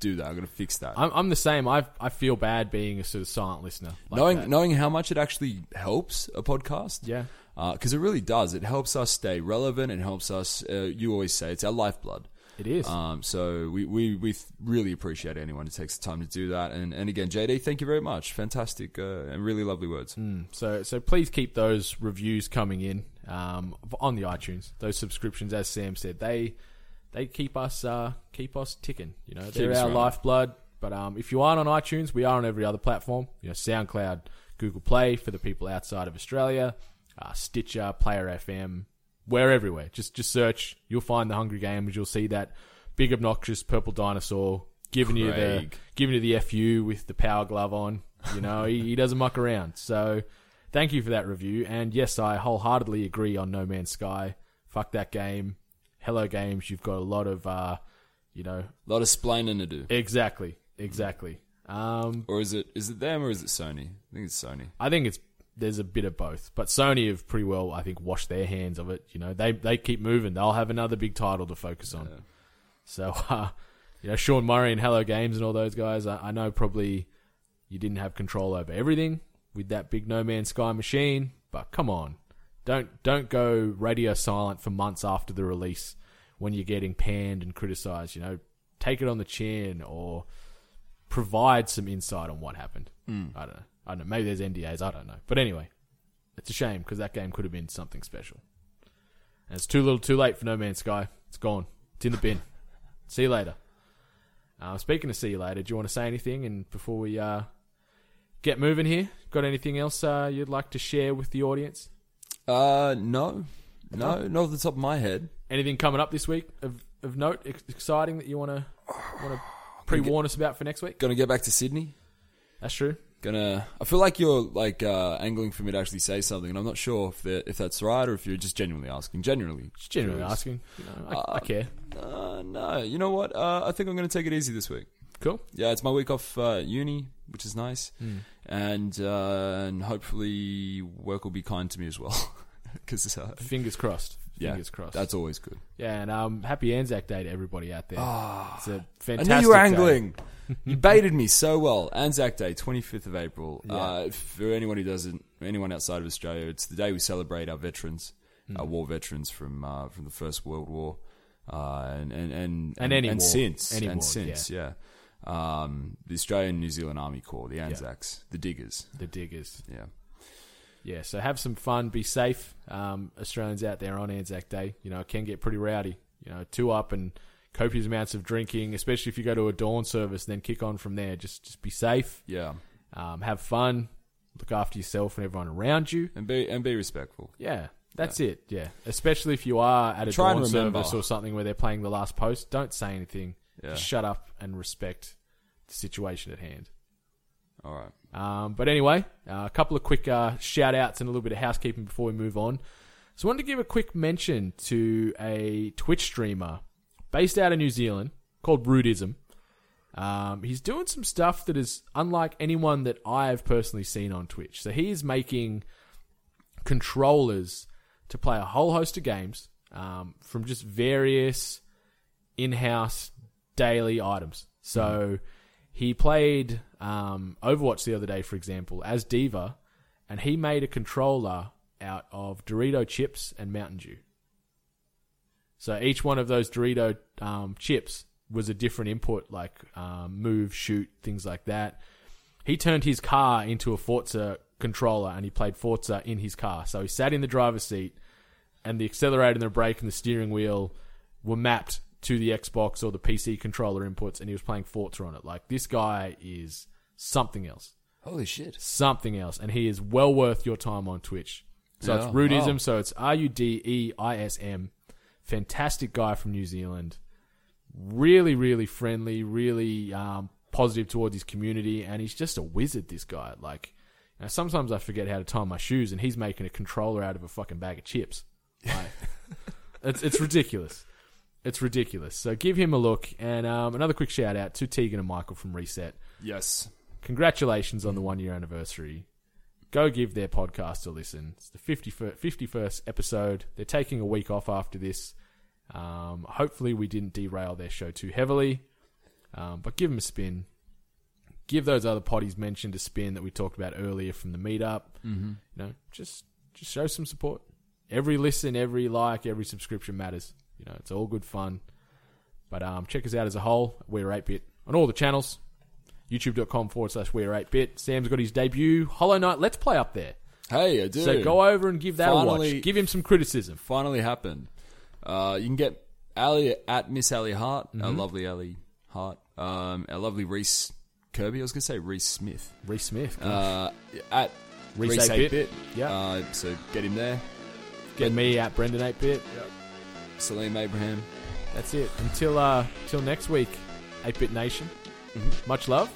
S8: do that. I'm gonna fix that.
S9: Mm. I'm, I'm the same. I I feel bad being a sort of silent listener. Like
S8: knowing
S9: that.
S8: knowing how much it actually helps a podcast.
S9: Yeah.
S8: because it really does. It helps us stay relevant. It helps us. Uh, you always say it's our lifeblood.
S9: It is.
S8: Um, so we, we we th- really appreciate anyone who takes the time to do that. And and again, JD, thank you very much. Fantastic uh, and really lovely words.
S9: So so please keep those reviews coming in um, on the iTunes. Those subscriptions, as Sam said, they they keep us uh, keep us ticking. You know, they're
S8: us
S9: our
S8: running.
S9: lifeblood. But um, if you aren't on iTunes, we are on every other platform. You know, SoundCloud, Google Play for the people outside of Australia, uh, Stitcher, Player FM. We're everywhere. Just just search. You'll find the Hungry Games. You'll see that big obnoxious purple dinosaur giving you the
S8: Craig.
S9: giving you the fu with the power glove on. You know, he, he doesn't muck around. So, thank you for that review. And yes, I wholeheartedly agree on No Man's Sky. Fuck that game. Hello Games, you've got a lot of, uh, you know,
S8: A lot of splaining to do.
S9: exactly, exactly. Um,
S8: Or is it is it them or is it Sony? I think it's Sony.
S9: I think it's there's a bit of both, but Sony have pretty well, I think, washed their hands of it. You know, they they keep moving. They'll have another big title to focus on. So, uh, you know, Sean Murray and Hello Games and all those guys, I, I know probably you didn't have control over everything with that big No Man's Sky machine, but come on, don't don't go radio silent for months after the release when you're getting panned and criticized. You know, take it on the chin or provide some insight on what happened. I don't know. I don't know. Maybe there's NDAs. I don't know. But anyway, it's a shame because that game could have been something special. And it's too little, too late for No Man's Sky. It's gone. It's in the bin. see you later. Uh, speaking of see you later, do you want to say anything? And before we uh, get moving here, got anything else uh, you'd like to share with the audience?
S8: Uh, no, no, not off the top of my head.
S9: Anything coming up this week of, of note, ex- exciting that you want to want to pre warn us about for next week?
S8: Gonna get back to Sydney.
S9: That's true.
S8: Gonna. I feel like you're like uh, angling for me to actually say something, and I'm not sure if that if that's right or if you're just genuinely asking. Genuinely,
S9: Just generally asking. You know, I, I care.
S8: Uh, no, you know what? Uh, I think I'm going to take it easy this week.
S9: Cool.
S8: Yeah, it's my week off uh, uni, which is nice, and uh, and hopefully work will be kind to me as well. Because uh,
S9: Fingers crossed.
S8: yeah,
S9: Fingers crossed.
S8: That's always good.
S9: yeah, and um, happy Anzac Day to everybody out there. it's a
S8: Ah, I
S9: fantastic.
S8: knew you were
S9: day.
S8: angling. you baited me so well. Anzac Day, 25th of April. Uh, for anyone who doesn't, anyone outside of Australia, it's the day we celebrate our veterans,
S9: Hmm.
S8: our war veterans from uh, from the First World War, uh, and and and
S9: And any war.
S8: since
S9: Any
S8: and
S9: war,
S8: since, yeah. Um, the Australian New Zealand Army Corps, the Anzacs, the Diggers.
S9: The diggers.
S8: Yeah,
S9: Yeah, so have some fun, be safe. Um, Australians out there on Anzac Day, you know, it can get pretty rowdy. You know, two up and copious amounts of drinking, especially if you go to a dawn service, then kick on from there. Just just be safe,
S8: yeah,
S9: um, have fun, look after yourself and everyone around you.
S8: and be and be respectful.
S9: Yeah, that's it. Yeah, especially if you are at a
S8: Try and
S9: dawn
S8: remember.
S9: service or something where they're playing the last post, don't say anything. Just shut up and respect the situation at hand.
S8: All right.
S9: Um, but anyway, uh, a couple of quick uh, shout outs and a little bit of housekeeping before we move on. So, I wanted to give a quick mention to a Twitch streamer based out of New Zealand called Rudism. Um, he's doing some stuff that is unlike anyone that I've personally seen on Twitch. So, he is making controllers to play a whole host of games um, from just various in-house daily items. So he played um, Overwatch the other day, for example, as Diva, and he made a controller out of Dorito chips and Mountain Dew. So each one of those Dorito um, chips was a different input, like um, move, shoot, things like that. He turned his car into a Forza controller, and he played Forza in his car. So he sat in the driver's seat, and the accelerator and the brake and the steering wheel were mapped to the Xbox or the PC controller inputs, and he was playing Forza on it. Like this guy is something else,
S8: Holy shit!
S9: something else, and he is well worth your time on Twitch. So it's
S8: Yeah,
S9: Rudism.
S8: wow.
S9: So it's R U D E I S M. Fantastic guy from New Zealand. Really, really friendly, really um, positive towards his community, and he's just a wizard, this guy. Like, you know, sometimes I forget how to tie my shoes, and he's making a controller out of a fucking bag of chips. Like, it's, it's ridiculous. It's ridiculous. So give him a look. And um, another quick shout out to Tegan and Michael from Reset
S8: Yes.
S9: congratulations on the one year anniversary. Go give their podcast a listen. It's the 51st, 51st episode. They're taking a week off after this. Um, hopefully, we didn't derail their show too heavily, um, but give them a spin. Give those other potties mentioned a spin that we talked about earlier from the meetup. Mm-hmm. You know, just just show some support. Every listen, every like, every subscription matters. You know, it's all good fun. But um, check us out as a whole. We're 8-bit on all the channels youtube.com forward slash we're 8-bit. Sam's got his debut Hollow Knight Let's Play up there.
S8: Hey, I do.
S9: So go over and give that a
S8: Finally-
S9: watch. Give him some criticism.
S8: Finally happened. Uh, you can get Ali at Miss Ali Hart, our lovely Ali Hart, um, our lovely Reese Kirby. I was going to say Reese Smith.
S9: Reese Smith.
S8: Uh, at
S9: Reese
S8: Reese
S9: 8-bit.
S8: 8-bit.
S9: Yeah.
S8: Uh, so get him there.
S9: Get me at Brendan 8-bit.
S8: Salim Abraham.
S9: That's it. Until uh till next week, 8-bit Nation.
S8: Mm-hmm.
S9: Much love.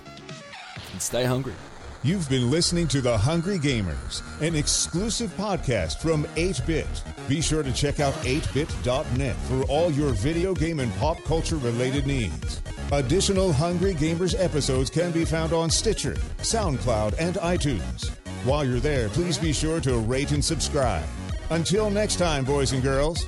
S8: And stay hungry.
S3: You've been listening to The Hungry Gamers, an exclusive podcast from 8-Bit. Be sure to check out 8bit.net for all your video game and pop culture related needs. Additional Hungry Gamers episodes can be found on Stitcher, SoundCloud, and iTunes. While you're there, please be sure to rate and subscribe. Until next time, boys and girls,